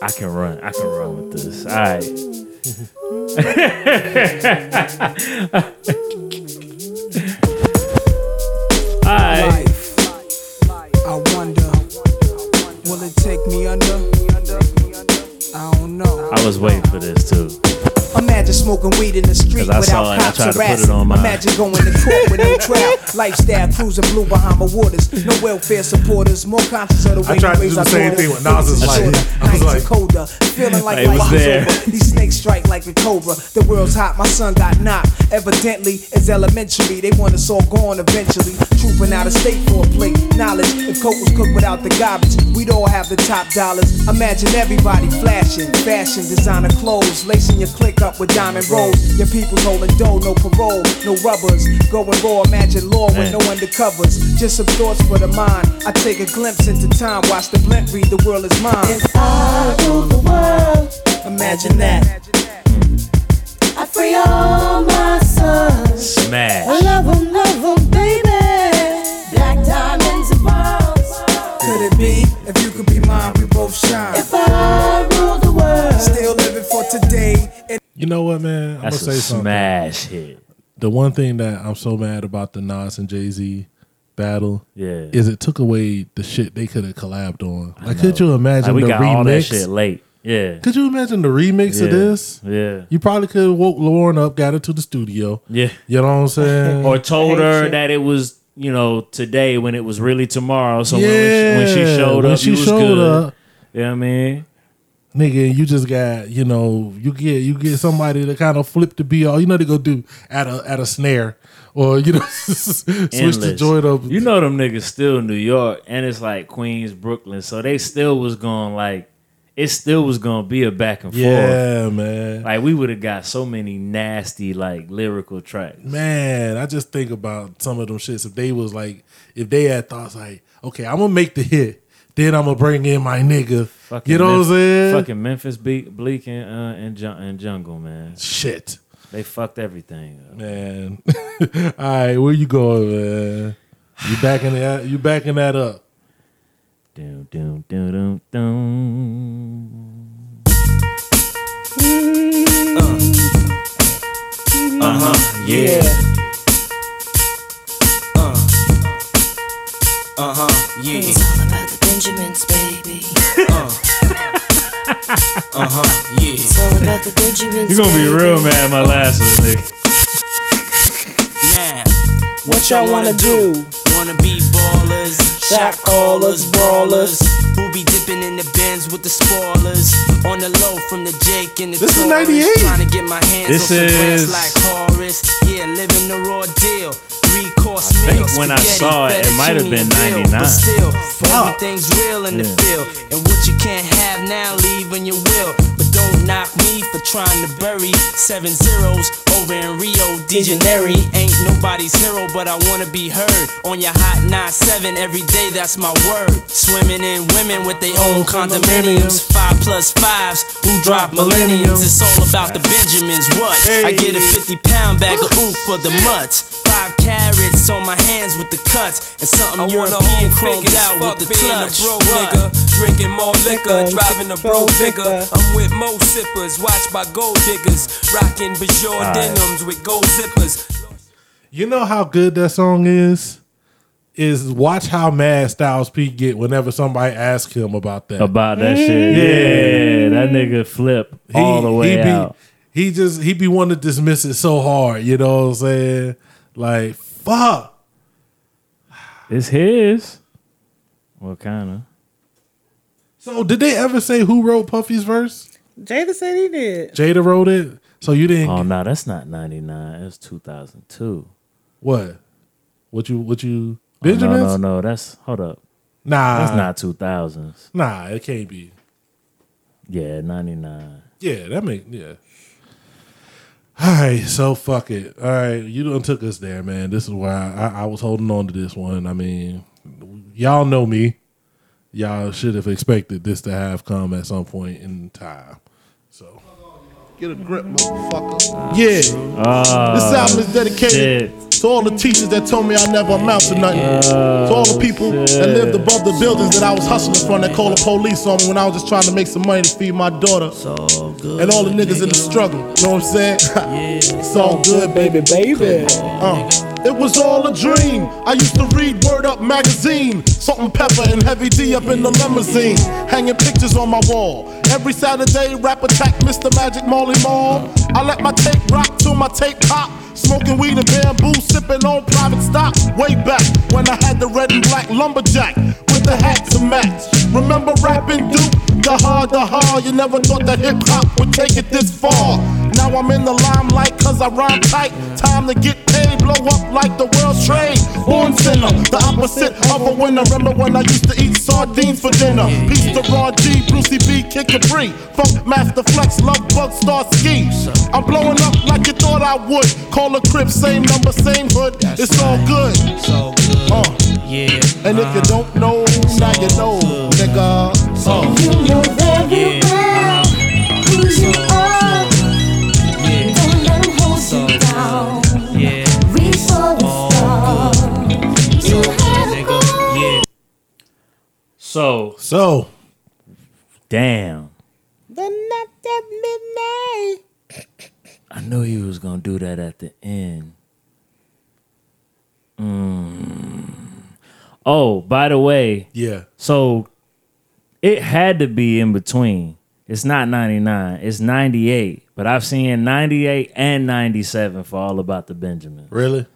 I can run. I can run with this. I. Life. I wonder, will it take me under? I don't know. I was waiting for this too. Imagine smoking weed in the street 'Cause I saw without it, I cops tried to put it harassing. on mine. Imagine going to court with no trial. Lifestyle cruising blue Bahama waters. No welfare supporters. More conscious of the way I tried we to do the raise our same daughters. thing with Nas's Nights are life. shorter, nights are colder. Feeling like It was life is there. over. These snakes strike like a cobra. The world's hot. My son got knocked. Evidently, it's elementary. They want us all gone eventually. Trooping out of state for a plate. Knowledge. If coke was cooked without the garbage, we'd all have the top dollars. Imagine everybody flashing, fashion, designer clothes, lacing your click up with diamond rolls. Your people's holding dough, no parole, no rubbers. Going raw, imagine law with Man. no undercovers. Just some thoughts for the mind. I take a glimpse into time, watch the blimp read, the world is mine. If I rule the world, imagine that. I free all my sons. Smash. I love 'em, love 'em, baby. Black diamonds and pearls. Could it be? If you could be mine, we both shine. If I rule the world, still living for today. You know what, man? I'm That's gonna a say something. smash hit. The one thing that I'm so mad about the Nas and Jay Z battle, Yeah. is it took away the shit they could have collabed on. I Like, could know. you imagine Like, we the got remix? all that shit late. Yeah. Could you imagine the remix of Yeah. this? Yeah. You probably could have woke Lauren up, got her to the studio. Yeah. You know what I'm saying? or told her that it was you know today when it was really tomorrow. So when, she, when she Yeah, showed when up, she you was showed good. up. Yeah, you know what I mean, Nigga, you just got you know you get you get somebody to kind of flip the be all you know they go do at a at a snare or you know switch the Endless. joint up. You know them niggas still in New York, and it's like Queens, Brooklyn, so they still was going like it still was gonna be a back and Yeah, forth. man. Like we would have got so many nasty like lyrical tracks. Man, I just think about some of them shits. If they was like, if they had thoughts like, okay, I'm gonna make the hit, then I'm gonna bring in my nigga. Fucking you know Memphis, what I'm saying? Fucking Memphis Bleak, Bleak and, uh, and, Jun- and Jungle, man. Shit. They fucked everything up. Man. All right, where you going, man? You backing that? You backing that up? Doom, doom, doom, doom, doom. Uh huh. Yeah. Uh huh. Yeah. It's all about the Benjamins, baby. Uh huh. Yeah. It's all about the Benjamins. You're gonna be real mad at my last one, nigga. Now, what y'all wanna do? Wanna be ballers, shot callers, brawlers. Who be dipping in the bins with the spoilers? On the low from the Jake and the This is Taurus. 98. Trying to get my hands This on some brands is- like Horace. Yeah, living the raw deal. Three course I meal. think when I spaghetti, saw it, it might have been fettuccine and grill. 99. But still, everything's real in the Yeah. field. And what you can't have now, leave when you will. But don't knock me for trying to bury seven zeros over in Rio de Janeiro. Ain't nobody's hero, but I wanna be heard on your hot 9-7 every day. That's my word. Swimming in women with their own condominiums. Five plus fives, who drop millenniums? It's all about the Benjamins. What? I get a 50 pound bag of oof for the mutts. Five carrots on my hands with the cuts, and something European chromed out with the clutch. bro What? nigga, drinking more liquor, Liquor, driving a bro bro bigger. liquor. I'm with mo sippers, watched by gold diggers, rocking Bajor Alright. denims with gold zippers. You know how good that song is. Is watch how mad Styles P get whenever somebody asks him about that. About that Mm. shit. Yeah, that nigga flip all the way he be, out. He just he be wanting to dismiss it so hard. You know what I'm saying? Like fuck. It's his. Well, kinda. So did they ever say who wrote Puffy's verse? Jada said he did. Jada wrote it. So you didn't. Oh no, that's not ninety nine. That's two thousand two. What? What you? What you? Oh, no, Benjamins? no, no, That's hold up. Nah. that's not two thousands. Nah, it can't be. Yeah, ninety nine. Yeah, that make yeah. All right, so fuck it. All right, you done took us there, man. This is why I, I was holding on to this one. I mean, y'all know me. Y'all should have expected this to have come at some point in time. So Get a grip, motherfucker. yeah, Uh, this album is dedicated to all the teachers that told me I never amount to nothing. to all the people that lived above the buildings that I was hustling from that called the police on me when I was just trying to make some money to feed my daughter. and all the niggas in the struggle. You know what I'm saying? it's all good, baby, baby. Uh, it was all a dream. I used to read Word Up magazine. Salt and pepper and heavy D up in the limousine. Hanging pictures on my wall. Every Saturday, rap attack Mr. Magic Molly Mall. I let my tape rock till my tape pop. Smoking weed and bamboo, sipping on private stock. Way back when I had the red and black lumberjack with the hat to match. Remember rapping Duke? The hard, the hard. You never thought that hip hop would take it this far. Now I'm in the limelight cause I rhyme tight. Time to get paid, blow up like the world's trade. Born sinner, the opposite of a winner. Remember when I used to eat sardines for dinner? Peace to Raw G, Brucey B, Kid Capri. Funk Master Flex, Love Bug, Star Ski. I'm blowing up like you thought I would. Call a crib, same number, same hood. It's all good. So good. Uh. Yeah. And if you don't know, now you know, nigga. Uh. Yeah. Who you are. Don't let 'em hold you down. Reach for the stars. You have a goal. So so, damn. The night at midnight. I knew he was gonna do that at the end. Mm. Oh, by the way, yeah. So it had to be in between. It's not ninety nine. It's ninety eight. But I've seen ninety eight and ninety seven for all about the Benjamin. Really?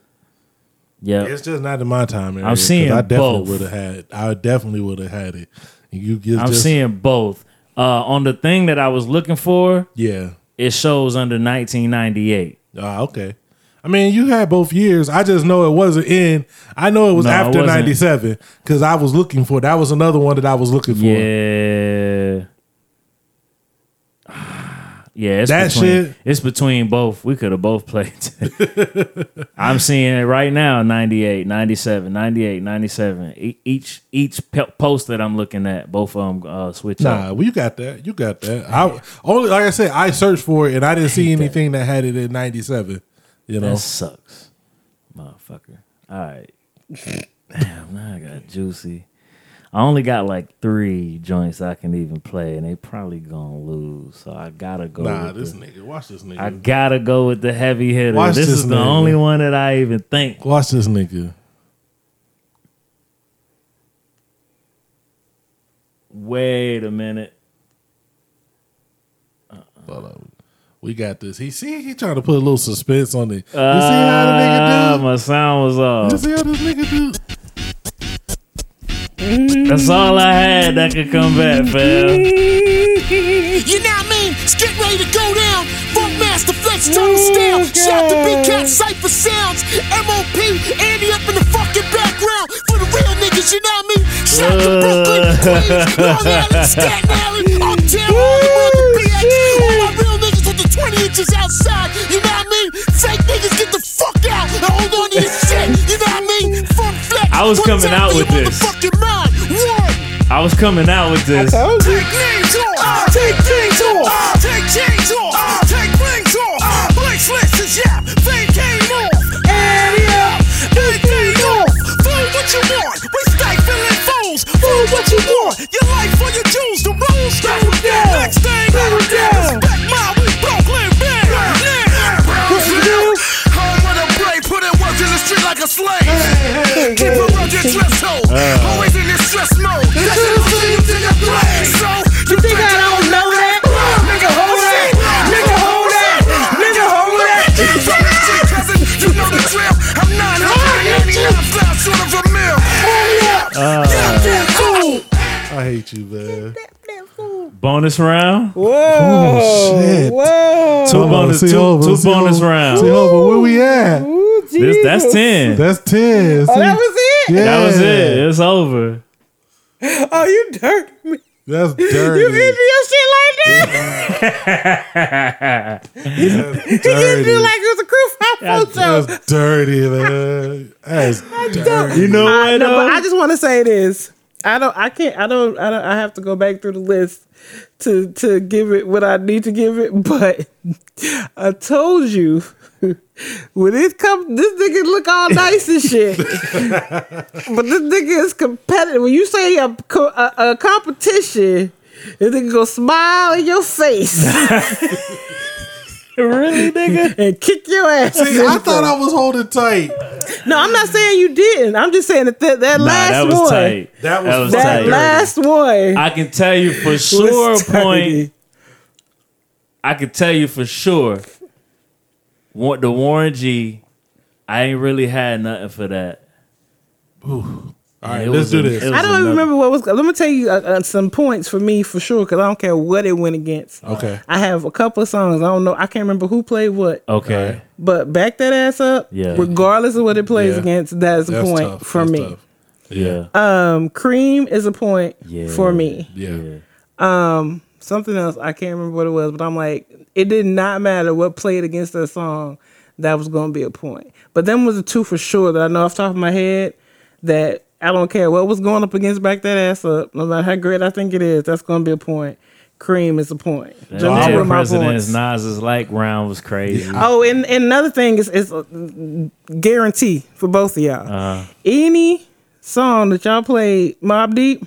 Yeah. it's just not in my time. Area, I'm 'cause seeing I definitely both. would have had. I definitely would have had it. You get. I'm just, seeing both, Uh, on the thing that I was looking for, yeah, it shows under 1998. Ah, okay. I mean, you had both years. I just know it wasn't in. I know it was No, it after wasn't. '97 because I was looking for. That was another one that I was looking for. Yeah. Yeah, it's That between, shit- It's between both. We could have both played. I'm seeing it right now 98, 97, 98, 97. E- each each pe- post that I'm looking at, both of them uh, switch Nah, up. well, you got that. You got that. I only like I said, I searched for it and I didn't see anything that. had it in '97. You know, That sucks, motherfucker. All right, damn. Now I got juicy. I only got like three joints I can even play, and they probably gonna lose. So I gotta go. Nah, with this the- nigga. Watch this nigga. I gotta go with the heavy hitter. Watch this, this is the nigga. only one that I even think. Watch this nigga. Wait a minute. Uh-uh. Hold on. We got this. He see he trying to put a little suspense on it. You see how the Ah, nigga my sound was do? You off. see how this nigga do? That's all I had that could come back, fam. You know what I mean? Just get ready to go down. Funk Master Flex, Tone Stale. Shout to Big Cat, Cypher Sounds. MOP, Andy up in the fucking background. For the real niggas, you know what I mean? Shout to Brooklyn, Queens, Long Island, Staten Island, Uptown, all the way to BX. All my real niggas with the 20 inches outside. You know what I mean? Fake niggas, get the fuck out and hold on to your shit. You know what I mean? Funk Flex. I was one coming time out for with your this. motherfucking mind. One. I was coming out with this. Take names off. Take things off. Take chains off. Take rings off. Blank slits is yap. Fame came off. And yeah, everything off. Fool what you want. We stifling foes. Fool what you want. Your life for your jewels. The rules. Settle down. Next thing. Settle down. Respect my we Brooklyn man. What's the deal? Home with a blade. Put in work in the street like a slave. Keep around your threshold. Uh. Always in this stress mode. That's the thing to your brain. So you think I don't know that? Nigga, hold that. Nigga, hold that. Nigga, hold that. You fucking shit, cousin. You know the drill. I'm not flies short of a meal. Uh, I hate you, man. Bonus round. Whoa. Oh shit. Whoa. Two Hold on, bonus, see two, over, two see bonus over, rounds. See over. Where we at? This, that's ten. That's ten. Oh, See? that was it? Yeah. That was it. It's over. Oh, you dirt. That's You ended dirty. your shit like that? That's He ended dirty. it like it was a crew five photo. That's dirty, man. That's dirty. You know I, what, No, but though? I just want to say this. I don't. I can't. I don't. I don't. I have to go back through the list to to give it what I need to give it. But I told you when it comes, this nigga look all nice and shit. but this nigga is competitive. When you say a co- a, a competition, this nigga gonna smile in your face. really, nigga? And kick your ass. See, I thought I was holding tight. No, I'm not saying you didn't. I'm just saying that that, that Nah, last that was one. tight. That was That was that tight. last one. I can tell you for was sure, dirty. point. I can tell you for sure. What the Warren G, I ain't really had nothing for that. All right, let's do this. I don't even remember what was. Let me tell you uh, uh, some points for me for sure because I don't care what it went against. Okay. I have a couple of songs. I don't know. I can't remember who played what. Okay. But back that ass up. Yeah. Regardless of what it plays Yeah. against, that is a That's point tough. for That's me. Yeah. Um, Cream is a point Yeah. for me. Yeah. Um, something else I can't remember what it was, but I'm like, it did not matter what played against that song. That was gonna be a point. But them was the two for sure that I know off the top of my head that I don't care what was going up against back that ass up. No matter how great I think it is, that's gonna be a point. Cream is a point. That Jamal Dead with my President's points. Nas is like round was crazy. Mm. Oh, and, and another thing is is a guarantee for both of y'all. Uh-huh. Uh, Any song that y'all played Mob Deep,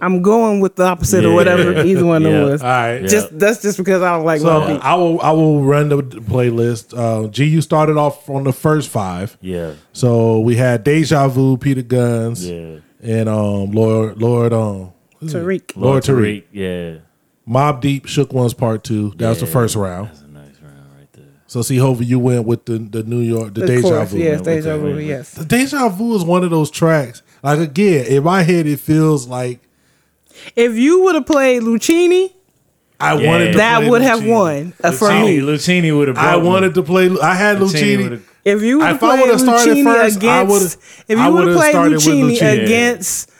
I'm going with the opposite or whatever Yeah. either one of Yeah. them was. All right. Just Yeah. that's just because I don't like So Mobb Deep. I will I will run the playlist. Uh, GU started off on the first five. Yeah. So we had Deja Vu, Peter Guns, Yeah. and um Lord Lord um who's it? Tariq. Lord Tariq. Yeah. Mob Deep Shook Ones Part Two. That was the Yeah. first round. That's a nice round right there. So see, hopefully you went with the the New York the Of Deja course, Vu. yes, Deja Vu, yes. The Deja Vu is one of those tracks. Like again, in my head, it feels like If you would have played Lucini I wanted to that play would have Lucchini. won uh, for me. Lucini would have. I wanted to play. I had Lucchini Lucchini. would've- If you would have If I played would've started Lucchini first, I against, would've- if I you would have would've played started with Lucchini Lucchini. against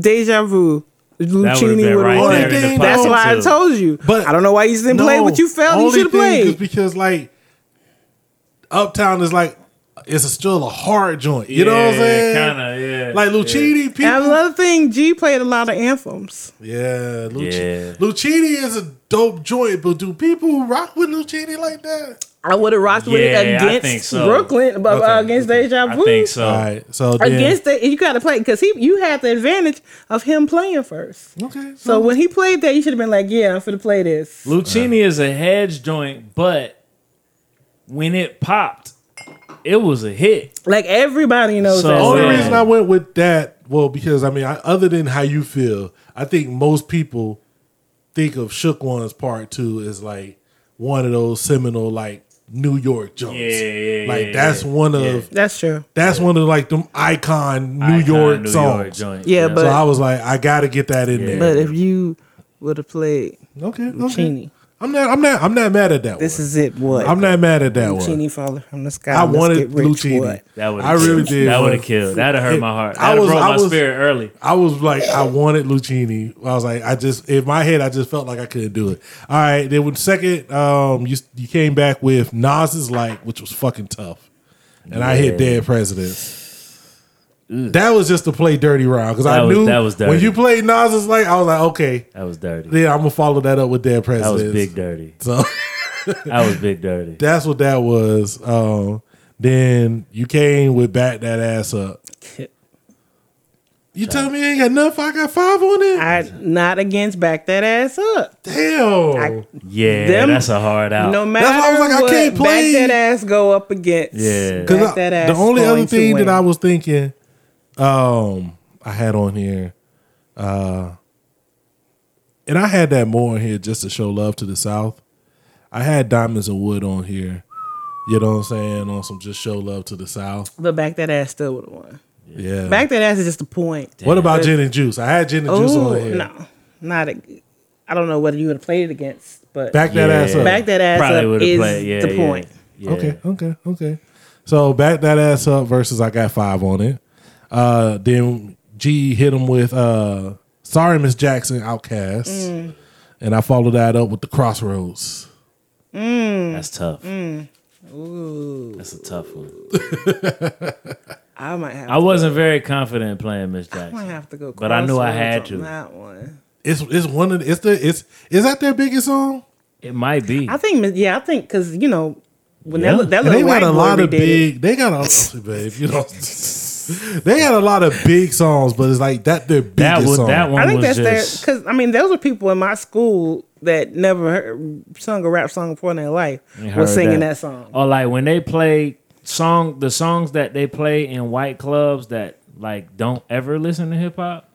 Deja Vu, would've been Lucchini would have right won. there in the That's pocket, why I too. told you. But I don't know why you didn't play what you felt you only should have thing played. is because like Uptown is like it's still a hard joint. You know what I'm Yeah, saying? kinda, yeah, Like Lucchini, people. And another thing, G played a lot of anthems. Yeah, Yeah. Lucchini. Lucchini is a dope joint, but do people who rock with Lucchini like that? I would have rocked with Yeah, I it think against so. Brooklyn, but uh, against Deja Vu. All right, so then, Against the you got to play because he you had the advantage of him playing first. Okay. So when he played that, you should have been like, "Yeah, I'm finna play this." Lucini is a hedge joint, but when it popped, it was a hit. Like everybody knows So that. the only song. reason I went with that, well, because I mean, I, other than how you feel, I think most people think of Shook One's Part Two as like one of those seminal like New York jumps. Yeah, yeah, like yeah, that's yeah. one of Yeah. That's true. That's one of like them icon New Icon York New songs. York joint, Yeah, yeah. but- so I was like, I got to get that in there. But if you would have played okay, Lucchini, I'm not, I'm not, I'm not mad at that. This is it. What I'm not mad at that one. Lucchini falling from the sky. I let's wanted get rich, Lucchini. what? That would I really did. That bro. would have killed. That'd have hurt It- my heart. That broke my spirit early. I was like, I wanted Lucchini. I was like, I just in my head, I just felt like I couldn't do it. All right, then with second, um, you you came back with Nas's like, which was fucking tough, and I hit Yeah. dead presidents. That was just to play dirty round because That I was- knew that was when dirty. you played Nas's like, I was like, okay, That was dirty. yeah, I'm gonna follow that up with dead That presidents. was big dirty. So that was big dirty. That's what that was. Um, then you came with back that ass up. You tell me you ain't got nothing. I got five on it. I not against back that ass up. Damn. Yeah, Them- that's a hard out. no matter what, back that ass go up against. Yeah. back Because that ass the only going other to thing win. that I was thinking, um, I had on here, uh, and I had that more on here just to show love to the South. I had diamonds and wood on here. You know what I'm saying? On some just show love to the South. but back that ass still would have won. Yeah. Back that ass is just a point. What about But- gin and juice? I had gin and juice Ooh, on here. No, not. A, I don't know whether you would have played it against, but Back that Yeah. ass up. Back that ass Probably up would've is played, yeah, the yeah. point. Okay, okay, okay. So back that ass up versus I got five on it. Uh, then G hit him with uh, sorry Miss Jackson Outcast, Mm. and I followed that up with the Crossroads. Mm. That's tough. Mm. Ooh, That's a tough one. I might have. I wasn't very confident in playing Miss I Jackson. might have to go. But I knew I crossroads had on to. That one. It's it's one of the, it's the it's is that their biggest song? It might be. I think. Yeah, I think because you know when that li- that And little they white got a boy lot of redid it. big. They got a babe. You know, they got a lot of big songs, but it's like that their biggest was- song. that one I think that's their because I mean those were people in my school that never heard, sung a rap song before in their life You heard was singing that, song. Or like when they play song the songs that they play in white clubs that like don't ever listen to hip hop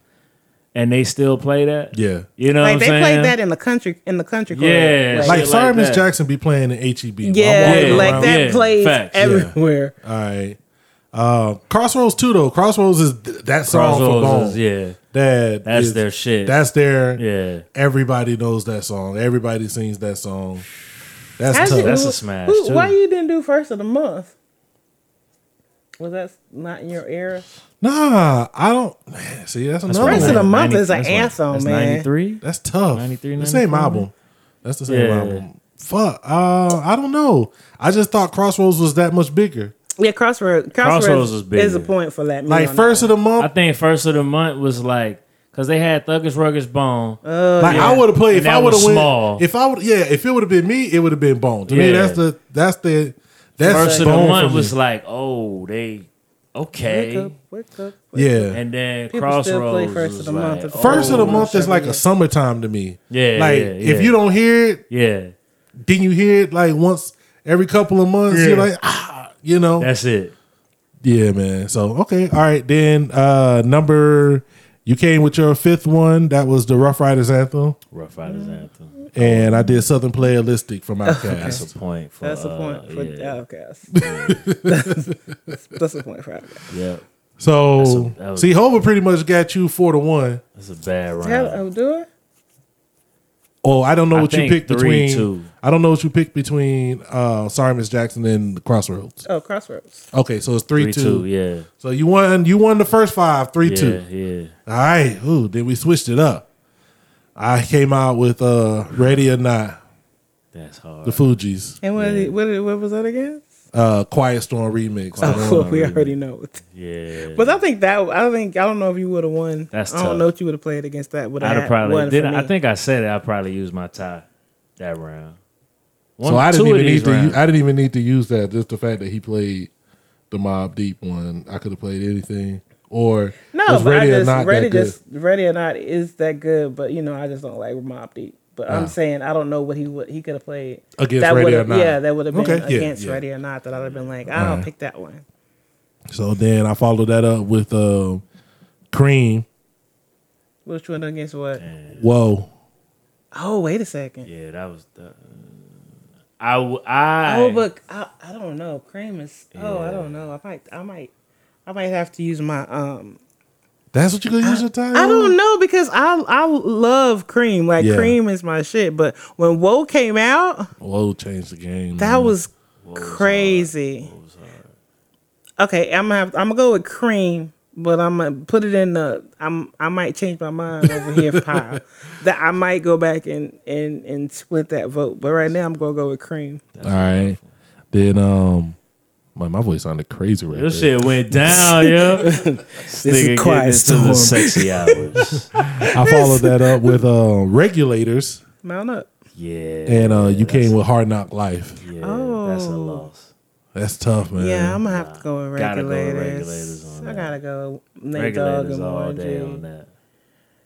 and they still play that. Yeah. You know like what they I'm saying? played that in the country in the country club. Yeah, Like- shit like sorry like Miss that. Jackson be playing in HEB. I'm Yeah, walking like around. that Yeah, plays facts. everywhere. All right. Uh, Crossroads too though. Crossroads is th- that song for Crossroads Bone. is- yeah. That That's is- their shit. That's their Yeah. Everybody knows that song. Everybody sings that song. That's Actually, tough. who- who- Why you didn't do first of the month? Was that not in your era? Nah, I don't. Man, see, that's That's another Rest one. of the Month is an That's what- anthem, that's man. 93? That's tough. 93, the same 94? album. That's the same Yeah. album. Fuck. Uh, I don't know. I just thought Crossroads was that much bigger. Yeah, Crossroads. Crossroads, Crossroads was is bigger. a point for that. of the month. I think first of the month was like because they had Thuggish Ruggish Bone. Oh, like I would have played And if that I would have was went. small. If I would, yeah, if it would have been me, it would have been Bone. To me, Yeah. that's the that's the that's first of the Bone for month me. was like, oh, they okay. Wake up, wake up. Yeah. And then People still play Crossroads. First of was the Month like, at the First of the Oh, month is sure, like yeah. a summertime to me. Yeah, like yeah, if yeah. you don't hear it, yeah, then you hear it like once every couple of months. You're like, ah, you know, that's it. Yeah, man. So okay, all right. Then uh number you came with your fifth one. That was the Rough Riders anthem, Rough Riders anthem. and I did Southern Playalistic from Outkast. That's a point. For, That's a uh, point for yeah. Outkast. that's, that's a point for Outcast. Yeah. So That's a- that was- see, Hova pretty much got you four to one. That's a bad round. Tell, oh, do it. Oh, I don't know I what you think picked three, between. two. I don't know what you picked between. Uh, Sorry, Miss Jackson and the Crossroads. Oh, Crossroads. Okay, so it's three, Three, two. two, yeah. So you won. You won the first five. Three Yeah, two. yeah. All right. Ooh, then we switched it up. I came out with uh, Ready or Not, That's hard. the Fugees, And what, did- what, did- what was that again? uh, Quiet Storm remix. Oh, we already know it. Yeah. But I think that I think I don't know if you would have won. That's I don't tough. know if you would have played against that. But I'd I have probably. won Then for me. I think I said it. I probably used my tie that round. One- so I didn't two of even these need to. rounds. u- I didn't even need to use that. Just the fact that he played the Mob Deep one, I could have played anything. Or no, was but Ready I or just Not ready that good? just ready or not is that good. But you know, I just don't like Mob Deep. But Uh. Ah. I'm saying I don't know what he would he could have played Against that Ready would've- or Not. Yeah, that would have been Okay, yeah, against yeah. Uh. Ready or Not. That I'd have been like, I All don't right. pick that one. So then I followed that up with um, Cream. Which one against what? Whoa. Oh, wait a second. Yeah, that was the. I, w- I Oh, but I, I don't know. Cream is. Oh, I don't know. I might. I might. I might have to use my um. That's what you gonna use your time? I don't know because I I love cream. Like Yeah. cream is my shit. But when Woe came out, Whoa changed the game. that man. was crazy. okay, I'm gonna have, I'm gonna go with cream, but I'm gonna put it in the I'm I might change my mind over here pile. That I might go back and and and split that vote. But right now I'm gonna go with cream. all right. Then um, my my voice sounded crazy right Your there. shit went down, yo. This nigga getting into the sexy hours. I followed that up with uh, Regulators, Mount up. Yeah. and uh, you came with Hard Knock Life. Yeah, that's a loss. That's tough, man. Oh. Yeah, I'm gonna have to go with Gotta go with regulators. regulators on I that. gotta go with Nate Dogg Regulators and all Warren day G. on that.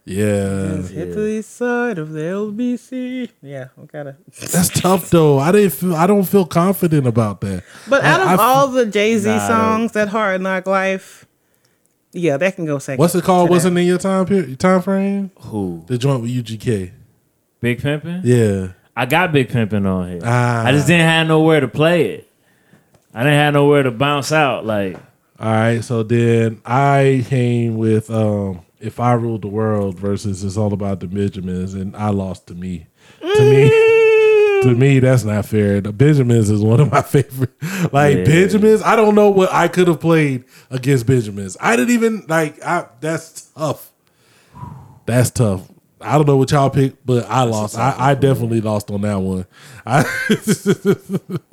Yeah, Let's Hit to the east side of the LBC. Yeah, I gotta. that's tough though. I didn't feel. I don't feel confident about that. But I- out of I f- all the Jay Z Nah, I songs, that Hard Knock Life, yeah, that can go second. what's it to called? that. Wasn't in your time period, time frame? Who the joint with UGK? Big Pimpin'? Yeah. I got Big Pimpin' on here. Ah. I just didn't have nowhere to play it. I didn't have nowhere to bounce out. Like All right, so then I came with um if I ruled the world versus it's all about the Benjamins, and I lost to me. To Mm. me, to me, that's not fair. The Benjamins is one of my favorite. Like Yeah. Benjamins, I don't know what I could have played against Benjamins. I didn't even like. I that's tough. That's tough. I don't know what y'all picked, but I lost. I, I definitely lost on that one. I,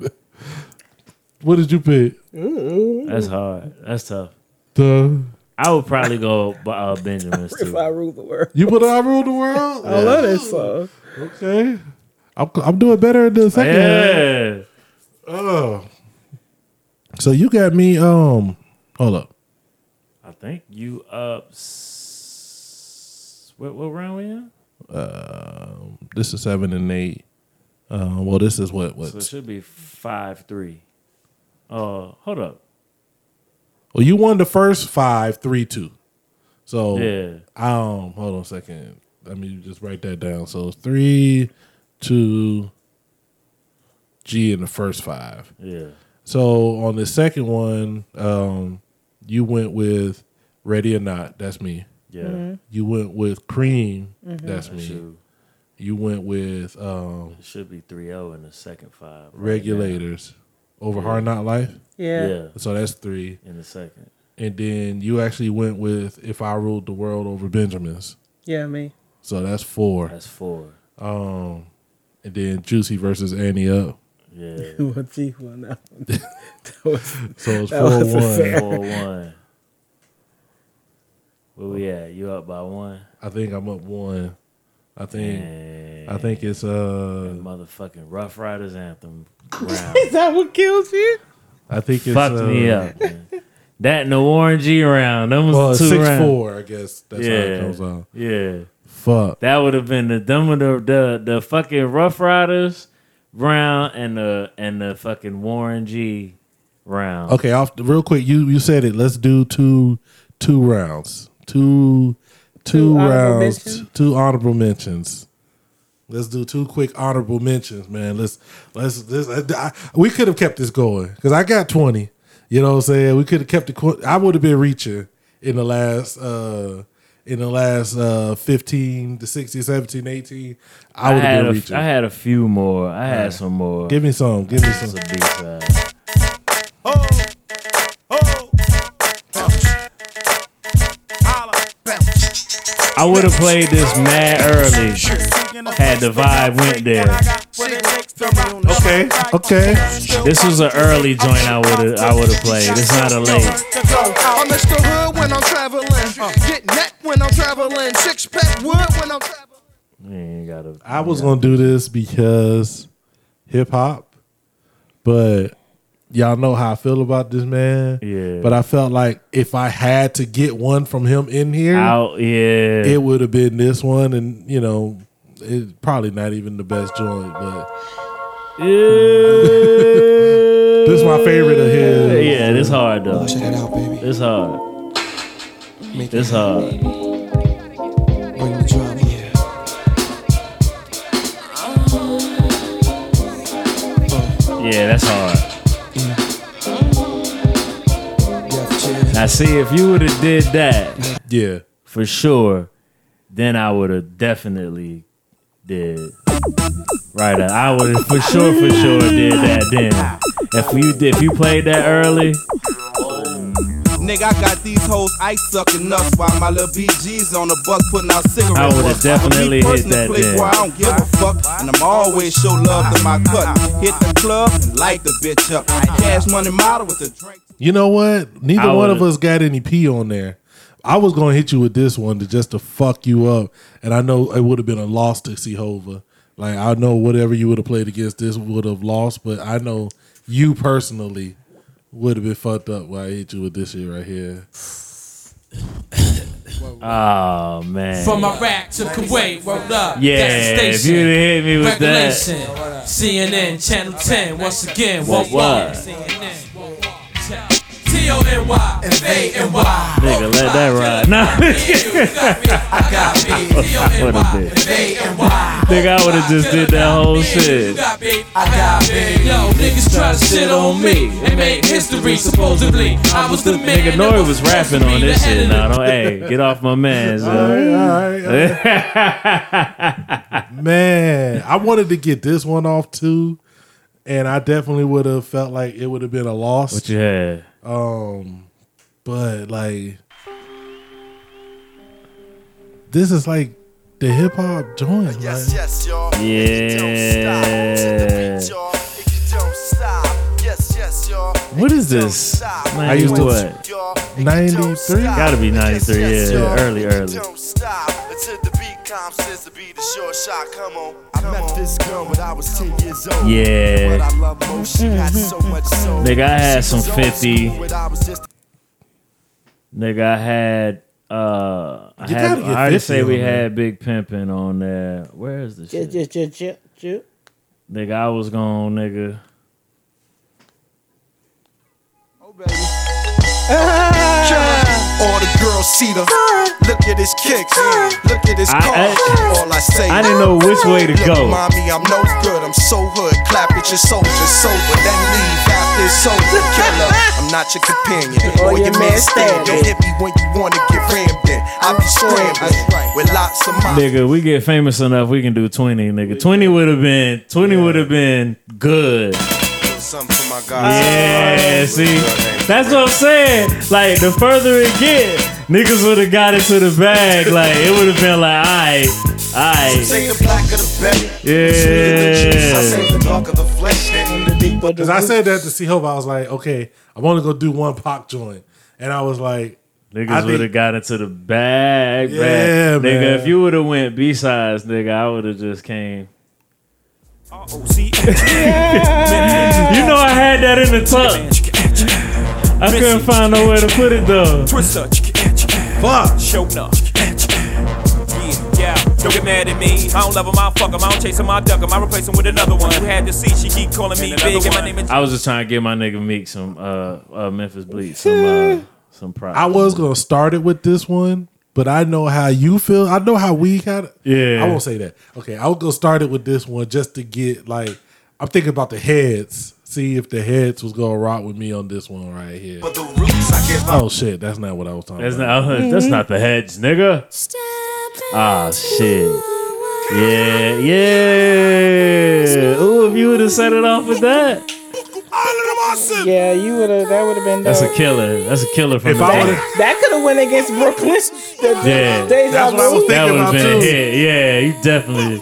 what did you pick? that's hard. That's tough. The I would probably go uh, Benjamin's If too. I rule the world, You put I rule the world. I love that song. Okay, I'm, I'm doing better in the second. half. Yeah. Oh. So you got me. Um, hold up. I think you up. s- What, what round we in? Um, this is seven and eight. Uh, well, this is what what. So it should be five three. Uh, hold up. well, you won the first five, three, two. So Yeah. Um, hold on a second. Let me just write that down. So it's three, two, G in the first five. Yeah. So on the second one, um, you went with Ready or Not. That's me. Yeah. Mhm. You went with Cream. Mm-hmm. Mhm. That's That's me. you. You went with um, It should be 3-0 in the second five. right now. Regulators over Yeah. Hard Not Life. Yeah. Yeah. So that's three. in the second. And then you actually went with If I Ruled the World over Benjamin's. Yeah, me. So that's four. That's four. Um, and then Juicy versus Annie up. Yeah. Well, gee, well, no. that was, So it's that wasn't 4-1. fair. Four one. Where we at? You up by one? I think I'm up one. I think Dang. I think it's uh Motherfucking Rough Riders anthem. round. Is that what kills you? I think it's Fucked uh, me up. man. That and the Warren G round. That was Well, the two six rounds. four, I guess that's how it comes out. Yeah. Fuck. That would have been the dumb of the, the the fucking Rough Riders round and the and the fucking Warren G round. Okay, off real quick. You you said it. Let's do two two rounds. Two two Two honorable rounds. mentions? Two honorable mentions. Let's do two quick honorable mentions, man. Let's let's this. I, I- we could have kept this going because I got twenty. You know what I'm saying? We could have kept it. qu- I would have been reaching in the last uh in the last uh, 15 to 16, 17, 18, I would had have a- been reaching. I had a few more. I had Alright. some more. Give me some. Give me some. Some B-sides. I would have played this mad early had the vibe went there. Okay, okay. This was an early joint I would have I would have played. It's not a late. I'm Mr. Hood when I'm traveling. Uh, Get neck when I'm traveling. Six pack wood when I'm traveling. I was gonna do this because hip hop, but y'all know how I feel about this man. Yeah. But I felt like if I had to get one from him in here, Out, yeah. it would have been this one, and you know, it's probably not even the best joint, but this is my favorite of his. Yeah, this hard though. This hard. This hard. Yeah, that's hard. Now see if you would have did that. Yeah. For sure. Then I would have definitely did right. uh, I would have for sure for sure did that then. If you if you played that early, Nigga, I got these hoes ice sucking nuts while my little BG's on the bus putting out cigarettes. I would've butts. definitely I'm a big person hit that in place then. where I don't give a fuck, and I'm always show love to my cut. Hit the club and light the bitch up. Cash money model with the drink. You know what? Neither I one of would've- us got any pee on there. I was gonna hit you with this one to just to fuck you up, and I know it would have been a loss to Sehova. Like I know whatever you would have played against this would have lost, but I know you personally would have been fucked up when I hit you with this shit right here. oh man. From Iraq to Kuwait, rolled up. Yeah, that's the if station. you'd have hit me with that. Regulation. CNN, Channel 10, once again, What, what, what? T-O-N-Y, F-A-N-Y. Nigga, let that ride. No. I would have did. Nigga, I would have just did that whole shit. Yo, niggas try to shit on me and make history, supposedly. I was the man. Nigga, Nori was rapping on this shit. No, don't. Hey, get off my man's. Alright, Man, I wanted to get this one off too, and I definitely would have felt like it would have been a loss. What you had? Um, but like, this is like the hip hop joint. Yes, yes, y'all. Yeah. What is this? I used to what? ninety three. Gotta be 93, yeah. Yeah. Early, early. I met this girl when I was 10 years old. Yeah. But I love most. She had so much soul. Nigga, I had some She was old 50. school, but I was just Nigga, I had. Uh, I, You had, gotta get I already 50 say we on there. had Big Pimpin' on there. Where is the shit? Ch- ch- ch- ch- Nigga, I was gone, nigga. All the girls see them. Look at his kicks. Look at his I- car. I- All I say. I didn't know which way to Look, go. Mommy, I'm no good. I'm so hood. Clap at your soldier sober. Then leave after it's over. Killer. I'm not your companion. Or your man stand. Don't hit me when you wanna get rammed in. I be scrambling with lots of my Nigga, we get famous enough, we can do 20, nigga. 20 would have been, 20 would have been good. Something for my guys. Yeah, see, that's what I'm saying. Like the further it get, niggas would have got into the bag. Like it would have been like, alright, Take alright, the black of the belly. yeah. Because I said that to see Hope. I was like, okay, I want to go do one pop joint, and I was like, I Niggas think- would have got into the bag, bag. Yeah, nigga. man. If you would have went B sides, nigga, I would have just came. You know I had that in the tuck. I couldn't find nowhere to put it though. Fuck. Show up. Yeah, don't get mad at me. I don't love him, I'll fuck him. I don't chase him, I'll duck him. I replace him with another one. You had to see, she keep calling me big, and my name is. I was just trying to give my nigga Meek some uh, uh Memphis Bleak some uh, some props. I was gonna start it with this one, but I know how you feel. I know how we got it. Yeah. I won't say that. Okay, I was gonna start it with this one just to get like I'm thinking about the heads. see if the heads was gonna rock with me on this one right here. Oh shit, that's not what I was talking That's about. not, uh, that's not the heads, nigga. Ah, shit. Yeah, yeah. Ooh, if you would have set it off with that, Yeah, you would have. That would have been. that's dope. a killer. That's a killer from If the I back. would've- that could have went against Brooklyn. The Yeah, Deja Vu. That would have been a hit. Yeah, you definitely.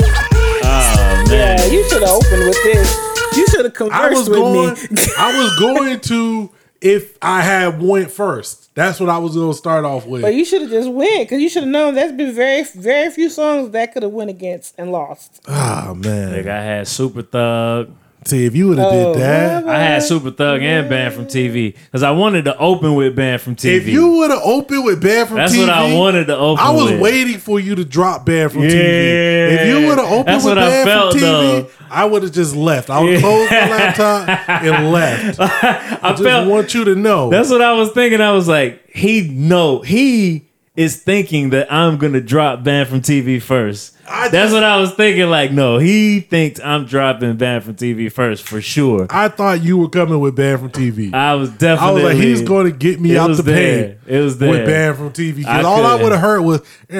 Oh man. Yeah, you should have opened with this. You should have conversed I was Mm-hmm. with going. me. I was going to if I had went first. That's what I was gonna start off with. But you should have just went because you should have known that's been very, very few songs that could have went against and lost. Oh man. Like I had Super Thug. See if you would have Oh, did that. I had Super Thug and Band from TV because I wanted to open with Band from TV. If you would have opened with Bad from That's TV, what I wanted to open I was with. waiting for you to drop Bad from TV. Yeah. If you would have opened That's with what I Bad felt, from TV, though. I would have just left. I would have Yeah. closed my laptop and left. I, just felt- want you to know. That's what I was thinking. I was like, he no, he is thinking that I'm gonna drop Band from TV first. That's what I was thinking. Like, no, he thinks I'm dropping Band from TV first for sure. I thought you were coming with Band from TV. I was I definitely. was like, he's going to get me It out was the there. pain. It was there. with Band from TV. I Because all I couldn't. would have heard was, "Eh,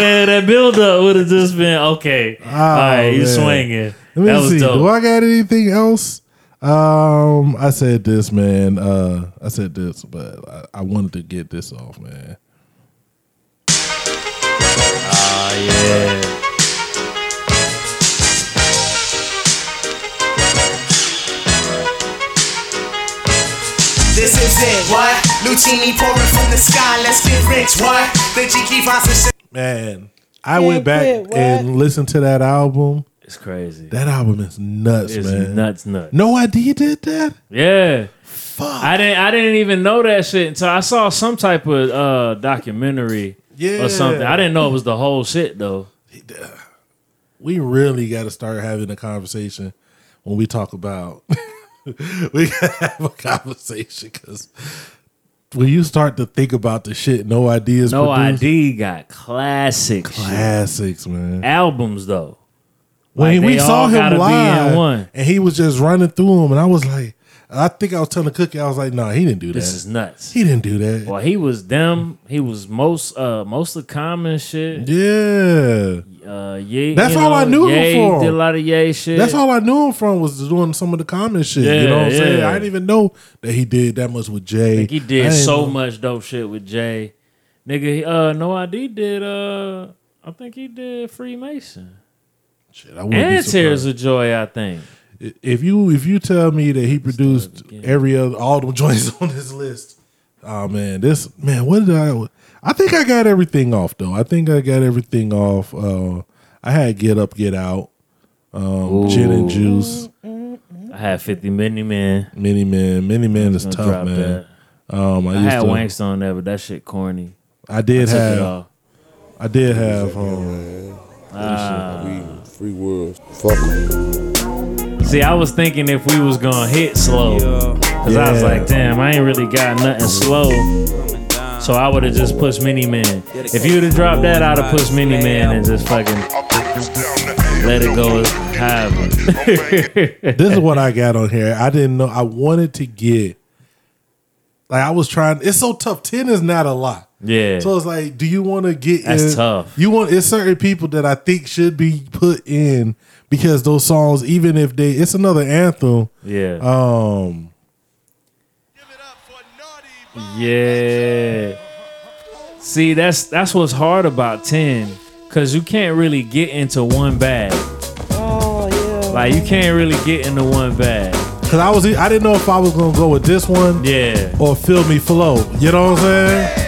Yeah, that build up would have just been okay. all right, you Oh, man. swinging. Let me that was see. dope. Do I got anything else? Um, I said this, man. Uh, I said this, but I, I wanted to get this off, man. Ah, yeah. This is it, what? Lucini pouring from the sky, let's get rich, what? The Jiki Fonson Man, I went back quit, what? and listened to that album. It's crazy. That album is nuts, It's man. nuts, nuts. No idea did that. Yeah. I didn't I didn't even know that shit until I saw some type of uh documentary Yeah. or something. I didn't know it was the whole shit though. We really got to start having a conversation when we talk about. we gotta have a conversation because when you start to think about the shit, no ideas. No produced, ID got classic shit. Classics, man. Albums though. When Like, we they saw all gotta him be in live, one. and he was just running through them, and I was like, I think I was telling Cookie, I was like, no, he didn't do that. This is nuts. He didn't do that. Well, he was them. He was most uh most of common shit. Yeah. Uh, yeah. That's all I knew him Ye for. Did a lot of yay shit. That's all I knew him from was doing some of the common shit. you Yeah, know what I'm saying? yeah. I didn't even know that he did that much with Jay. Like he I did didn't so know- much dope shit with Jay. Nigga, he- uh, no ID did uh, I think he did Freemason. Shit, I wouldn't be and Tears surprised. of Joy, I think. If you if you tell me that he produced every other all the joints on this list, oh man, this man, what did I? I think I got everything off though. I think I got everything off. Uh, I had Get Up, Get Out, um, Gin and Ooh. Juice. I had Fifty Mini Man. Mini Man, Mini Man is gonna tough, drop man. that. Um, I, I, used had to, Wangsta on there, but that shit corny. I did took it have. off. I did have. Um, Ah. Free world. Fuck 'em. See, I was thinking if we was gonna hit slow, because I was Yeah. like, damn, I ain't really got nothing slow. So I would have just pushed Mini Man. If you would have dropped that, I'd have pushed Mini Man and just fucking let it go as however. this is what I got on here. I didn't know. I wanted to get. Like I was trying. It's so tough. Ten is not a lot. Yeah. So it's like, do you want to get? That's in- tough. You want it's certain people that I think should be put in because those songs, even if they, it's another anthem. Yeah. Um. Yeah. See, that's that's what's hard about ten, cause you can't really get into one bag. Oh yeah. Like you can't really get into one bag. Cause I was, I didn't know if I was gonna go with this one. Yeah. Or feel me flow. You know what I'm saying?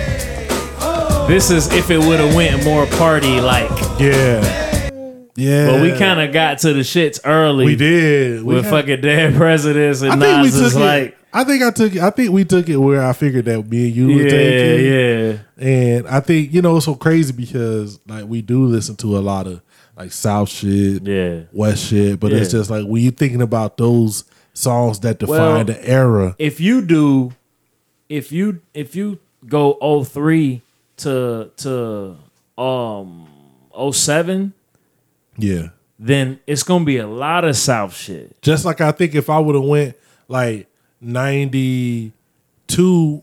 This is if it would have went more party like. Yeah. Yeah. But we kind of got to the shits early. We did. We with had- fucking dead presidents I and think we Nas took is it. like. I think I took. it- I think we took it where I figured that me and you would take it. Yeah, yeah. And I think you know it's so crazy because like we do listen to a lot of like South shit, yeah, West shit, but it's Yeah. just like when you thinking about those songs that define Well, the era. If you do, if you if you go 03 to to um 07, Yeah, then it's gonna be a lot of South shit. Just like I think if I would have went like ninety two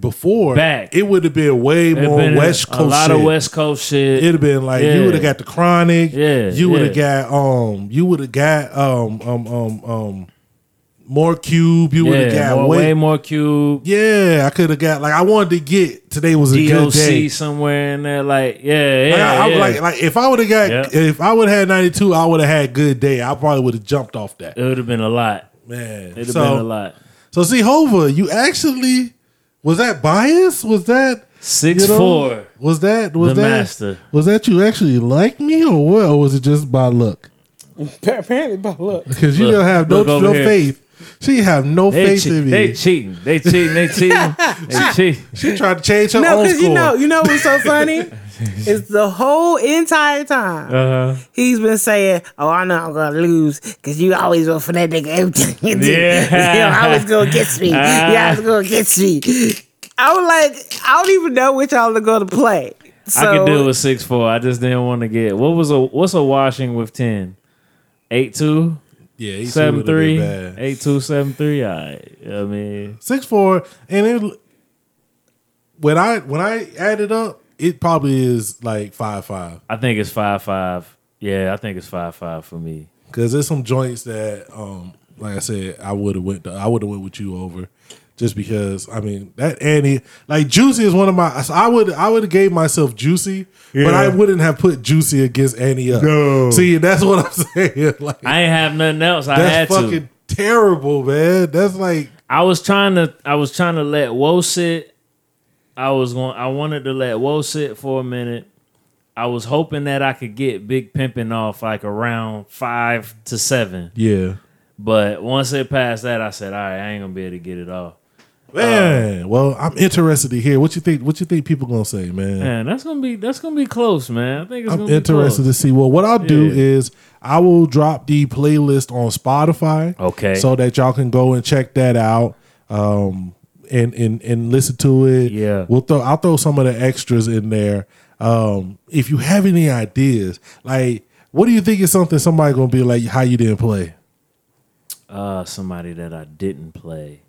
before Back. it would have been way It'd more been West a- Coast. A lot of shit. West Coast shit. It'd have been like you Yeah. would have got the chronic. Yeah, You would have yeah. got um. You would have got um um um um. More cube. You would have Yeah, got more- way, way more cube. Yeah, I could have got like I wanted to get today was a good DOC day. somewhere in there, like yeah, yeah. Like, I, I would yeah. like like if I would have got if I would have had ninety two, I would have had good day. I probably would have jumped off that. It would have been a lot, man. It'd have So- been a lot. So see, Hova, you actually was that bias? Was that Six you know, four. Was that was The that master. was that you actually like me or what? Or was it just by luck? Apparently, but look, Because you don't have no, look over no here. faith. She have no They, faith che- in me. they cheating. They cheating. They cheating. they cheating. She tried to change her no, own because score. you know, you know what's so funny is the whole entire time Uh-huh. he's been saying, "Oh, I know I'm gonna lose because you always were for that nigga. Yeah. Uh-huh. you always gonna get me. you always gonna get me." I was like, I don't even know which y'all are gonna play. So, I could do it with six four. I just didn't want to get what was a what's a washing with ten? Eight two? Yeah, 8-2 seven would've been three. bad. Eight two seven three. I I mean six four, and it when I when I add it up, it probably is like five five. I think it's five five. Yeah, I think it's five five for me. Cause there's some joints that, um, like I said, I would have went. I would have went with you over, just because. I mean that Annie, like Juicy is one of my. I would. I would have gave myself Juicy, but Yeah. I wouldn't have put Juicy against Annie up. No. See, that's what I'm saying. Like I ain't have nothing else. I that's had to. fucking terrible, man. That's like I was trying to I was trying to let Woe sit. I was going I wanted to let Woe sit for a minute. I was hoping that I could get Big Pimpin' off like around five to seven. yeah, But once it passed that, I said, all right, I ain't gonna be able to get it off. Um, man. well, I'm interested to hear what you think. What you think people gonna say, man? Man, that's gonna be that's gonna be close, man. I think it's I'm gonna interested be to close. see. Well, what I'll do Yeah. is I will drop the playlist on Spotify. Okay. So that y'all can go and check that out. Um and and and listen to it. Yeah. We'll throw I'll throw some of the extras in there. Um if you have any ideas, like what do you think is something somebody gonna be like how you didn't play? Uh, somebody that I didn't play.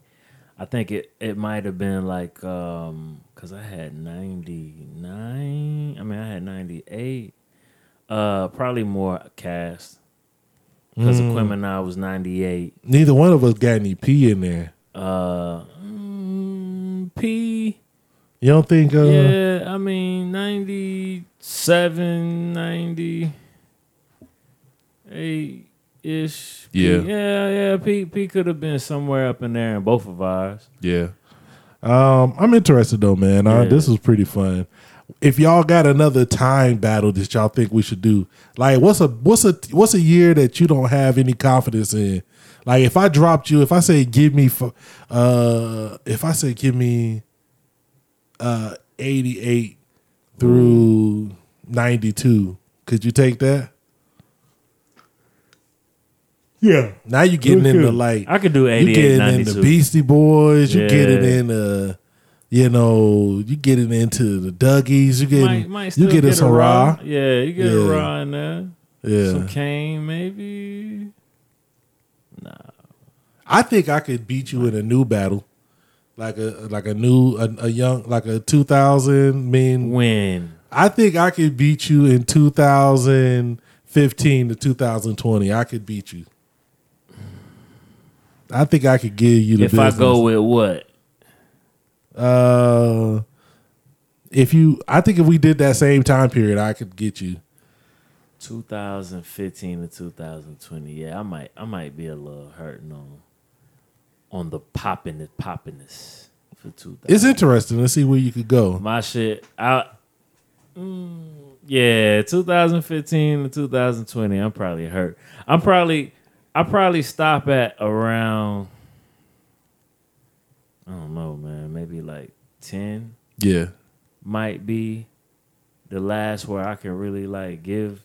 I think it it might have been like um, cause I had ninety nine. I mean, I had ninety eight. Uh, probably more cast. Cause Mm. Aquemini was ninety eight. Neither one of us got any P in there. Uh, mm, P. You don't think uh yeah, I mean 97, 98 ish. Yeah. yeah, yeah. P P could have been somewhere up in there in both of ours. Yeah. Um, I'm interested though, man. Uh, Yeah. this was pretty fun. If y'all got another time battle that y'all think we should do, like what's a what's a what's a year that you don't have any confidence in? Like if I dropped you, if I say give me, f- uh, if I say give me, uh, eighty eight through ninety two, could you take that? Yeah. Now you getting into like I could do you 88, getting 92. into Beastie Boys. You Yeah. getting into you know you getting into the Dougies. You getting Might, might still you getting get some a raw. raw. Yeah, you get a Yeah. raw in there. Yeah. Some cane, maybe. I think I could beat you in a new battle, like a like a new a, a young like a two thousand mean win. I think I could beat you in two thousand fifteen to two thousand twenty. I could beat you. I think I could give you the If I go business. with what? Uh, if you, I think if we did that same time period, I could get you. 2015 to 2020. Yeah, I might I might be a little hurting on on the popping it poppiness for 2000. It's interesting to see where you could go. My shit. I mm, yeah, 2015 to 2020. I'm probably hurt. I'm probably I probably stop at around I don't know, man. Maybe like 10 Yeah. might be the last where I can really like give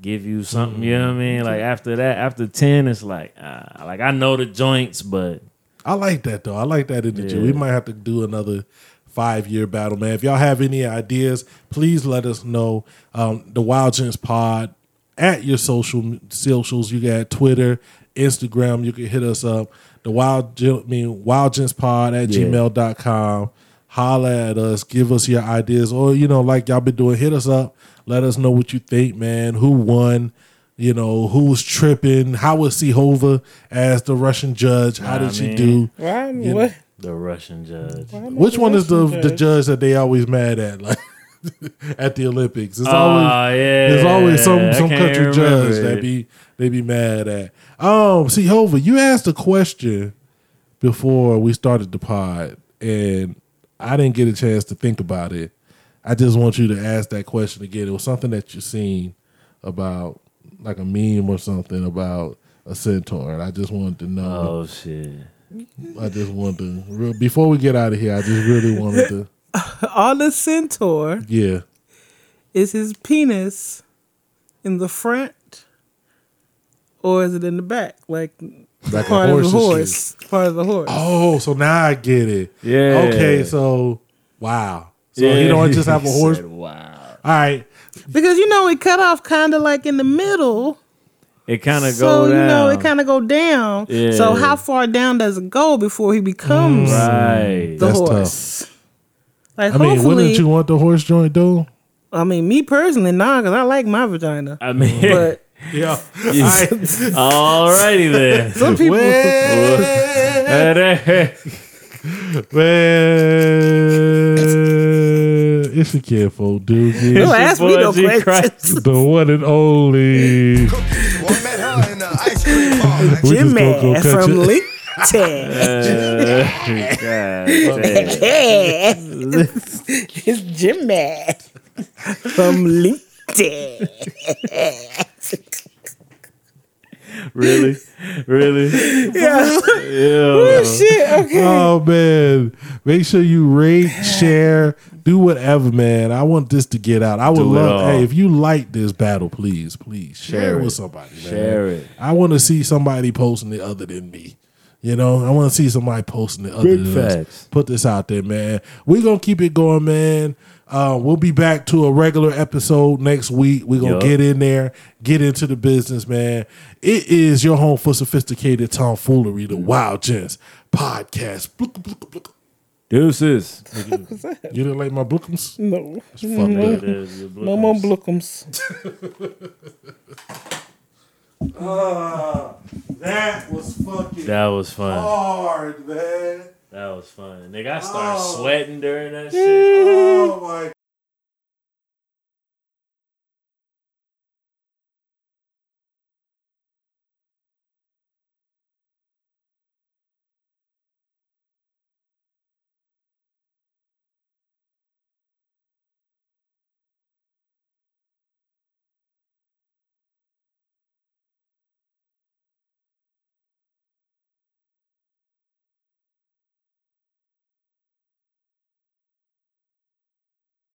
give you something. You know what I Mm-hmm. mean? Like after that, after ten, it's like ah, like I know the joints, but I like that though. I like that energy. Yeah. We might have to do another five year battle, man. If y'all have any ideas, please let us know. Um, the Wild Gents Pod at your social socials. You got Twitter, Instagram. You can hit us up. The wild, Gen- I mean, wildgenspod at Yeah. gmail.com. Holla at us. Give us your ideas. Or, you know, like y'all been doing, hit us up. Let us know what you think, man. Who won? You know, who was tripping? How was Sehova as the Russian judge? How did she do? Why am- You- what? The Russian judge. Which one is the Russian the judge? judge that they always mad at, like at the Olympics? It's Oh, always yeah. there's always some I some can't country remember judge it. that be they be mad at. Um, see, Hova, you asked a question before we started the pod, and I didn't get a chance to think about it. I just want you to ask that question again. It was something that you seen about like a meme or something about a centaur, and I just wanted to know. Oh shit! I just wanted to real, before we get out of here. I just really wanted to. On the centaur Yeah. is his penis in the front or is it in the back? Like, Like a part of the horse's horse. Part of the horse. Oh, so now I get it. Yeah. Okay, so wow. So Yeah. he don't just have a He horse. said, wow. All right. Because you know it cut off kind of like in the middle. It kind of so go you down. know it kind of go down. So Yeah. Mm. how far down does it go before he becomes right. the That's horse? Like I mean, hopefully, wouldn't you want the horse joint though? I mean me personally, nah, because I like my vagina. I mean, but yeah. Alrighty then. Some people- Man, it's your kid, folk, dude. Don't ask me no questions. The one and only. We just gonna go Jimmy catch from it. LinkedIn. it's Jimmy from LinkedIn. really, really. yeah. Yeah. shit, okay. Oh man. Make sure you rate, share, do whatever, man. I want this to get out. I would Do it love all. hey, if you like this battle, please, please share, Share it it. with somebody, man. Share it. I want to see somebody posting it other than me. You know, I want to see somebody posting it other Big than us. facts. Put this out there, man. We're gonna keep it going, man. Uh, we'll be back to a regular episode next week. We're gonna Yup. get in there, get into the business, man. It is your home for sophisticated tomfoolery, the Wild Gents podcast. Deuces. You didn't like my blookums? No. It's fucked No, up. no more blookums. Ah, that was fucking That was fun. hard, man. That was fun. Nigga, I started Oh. sweating during that shit. Oh my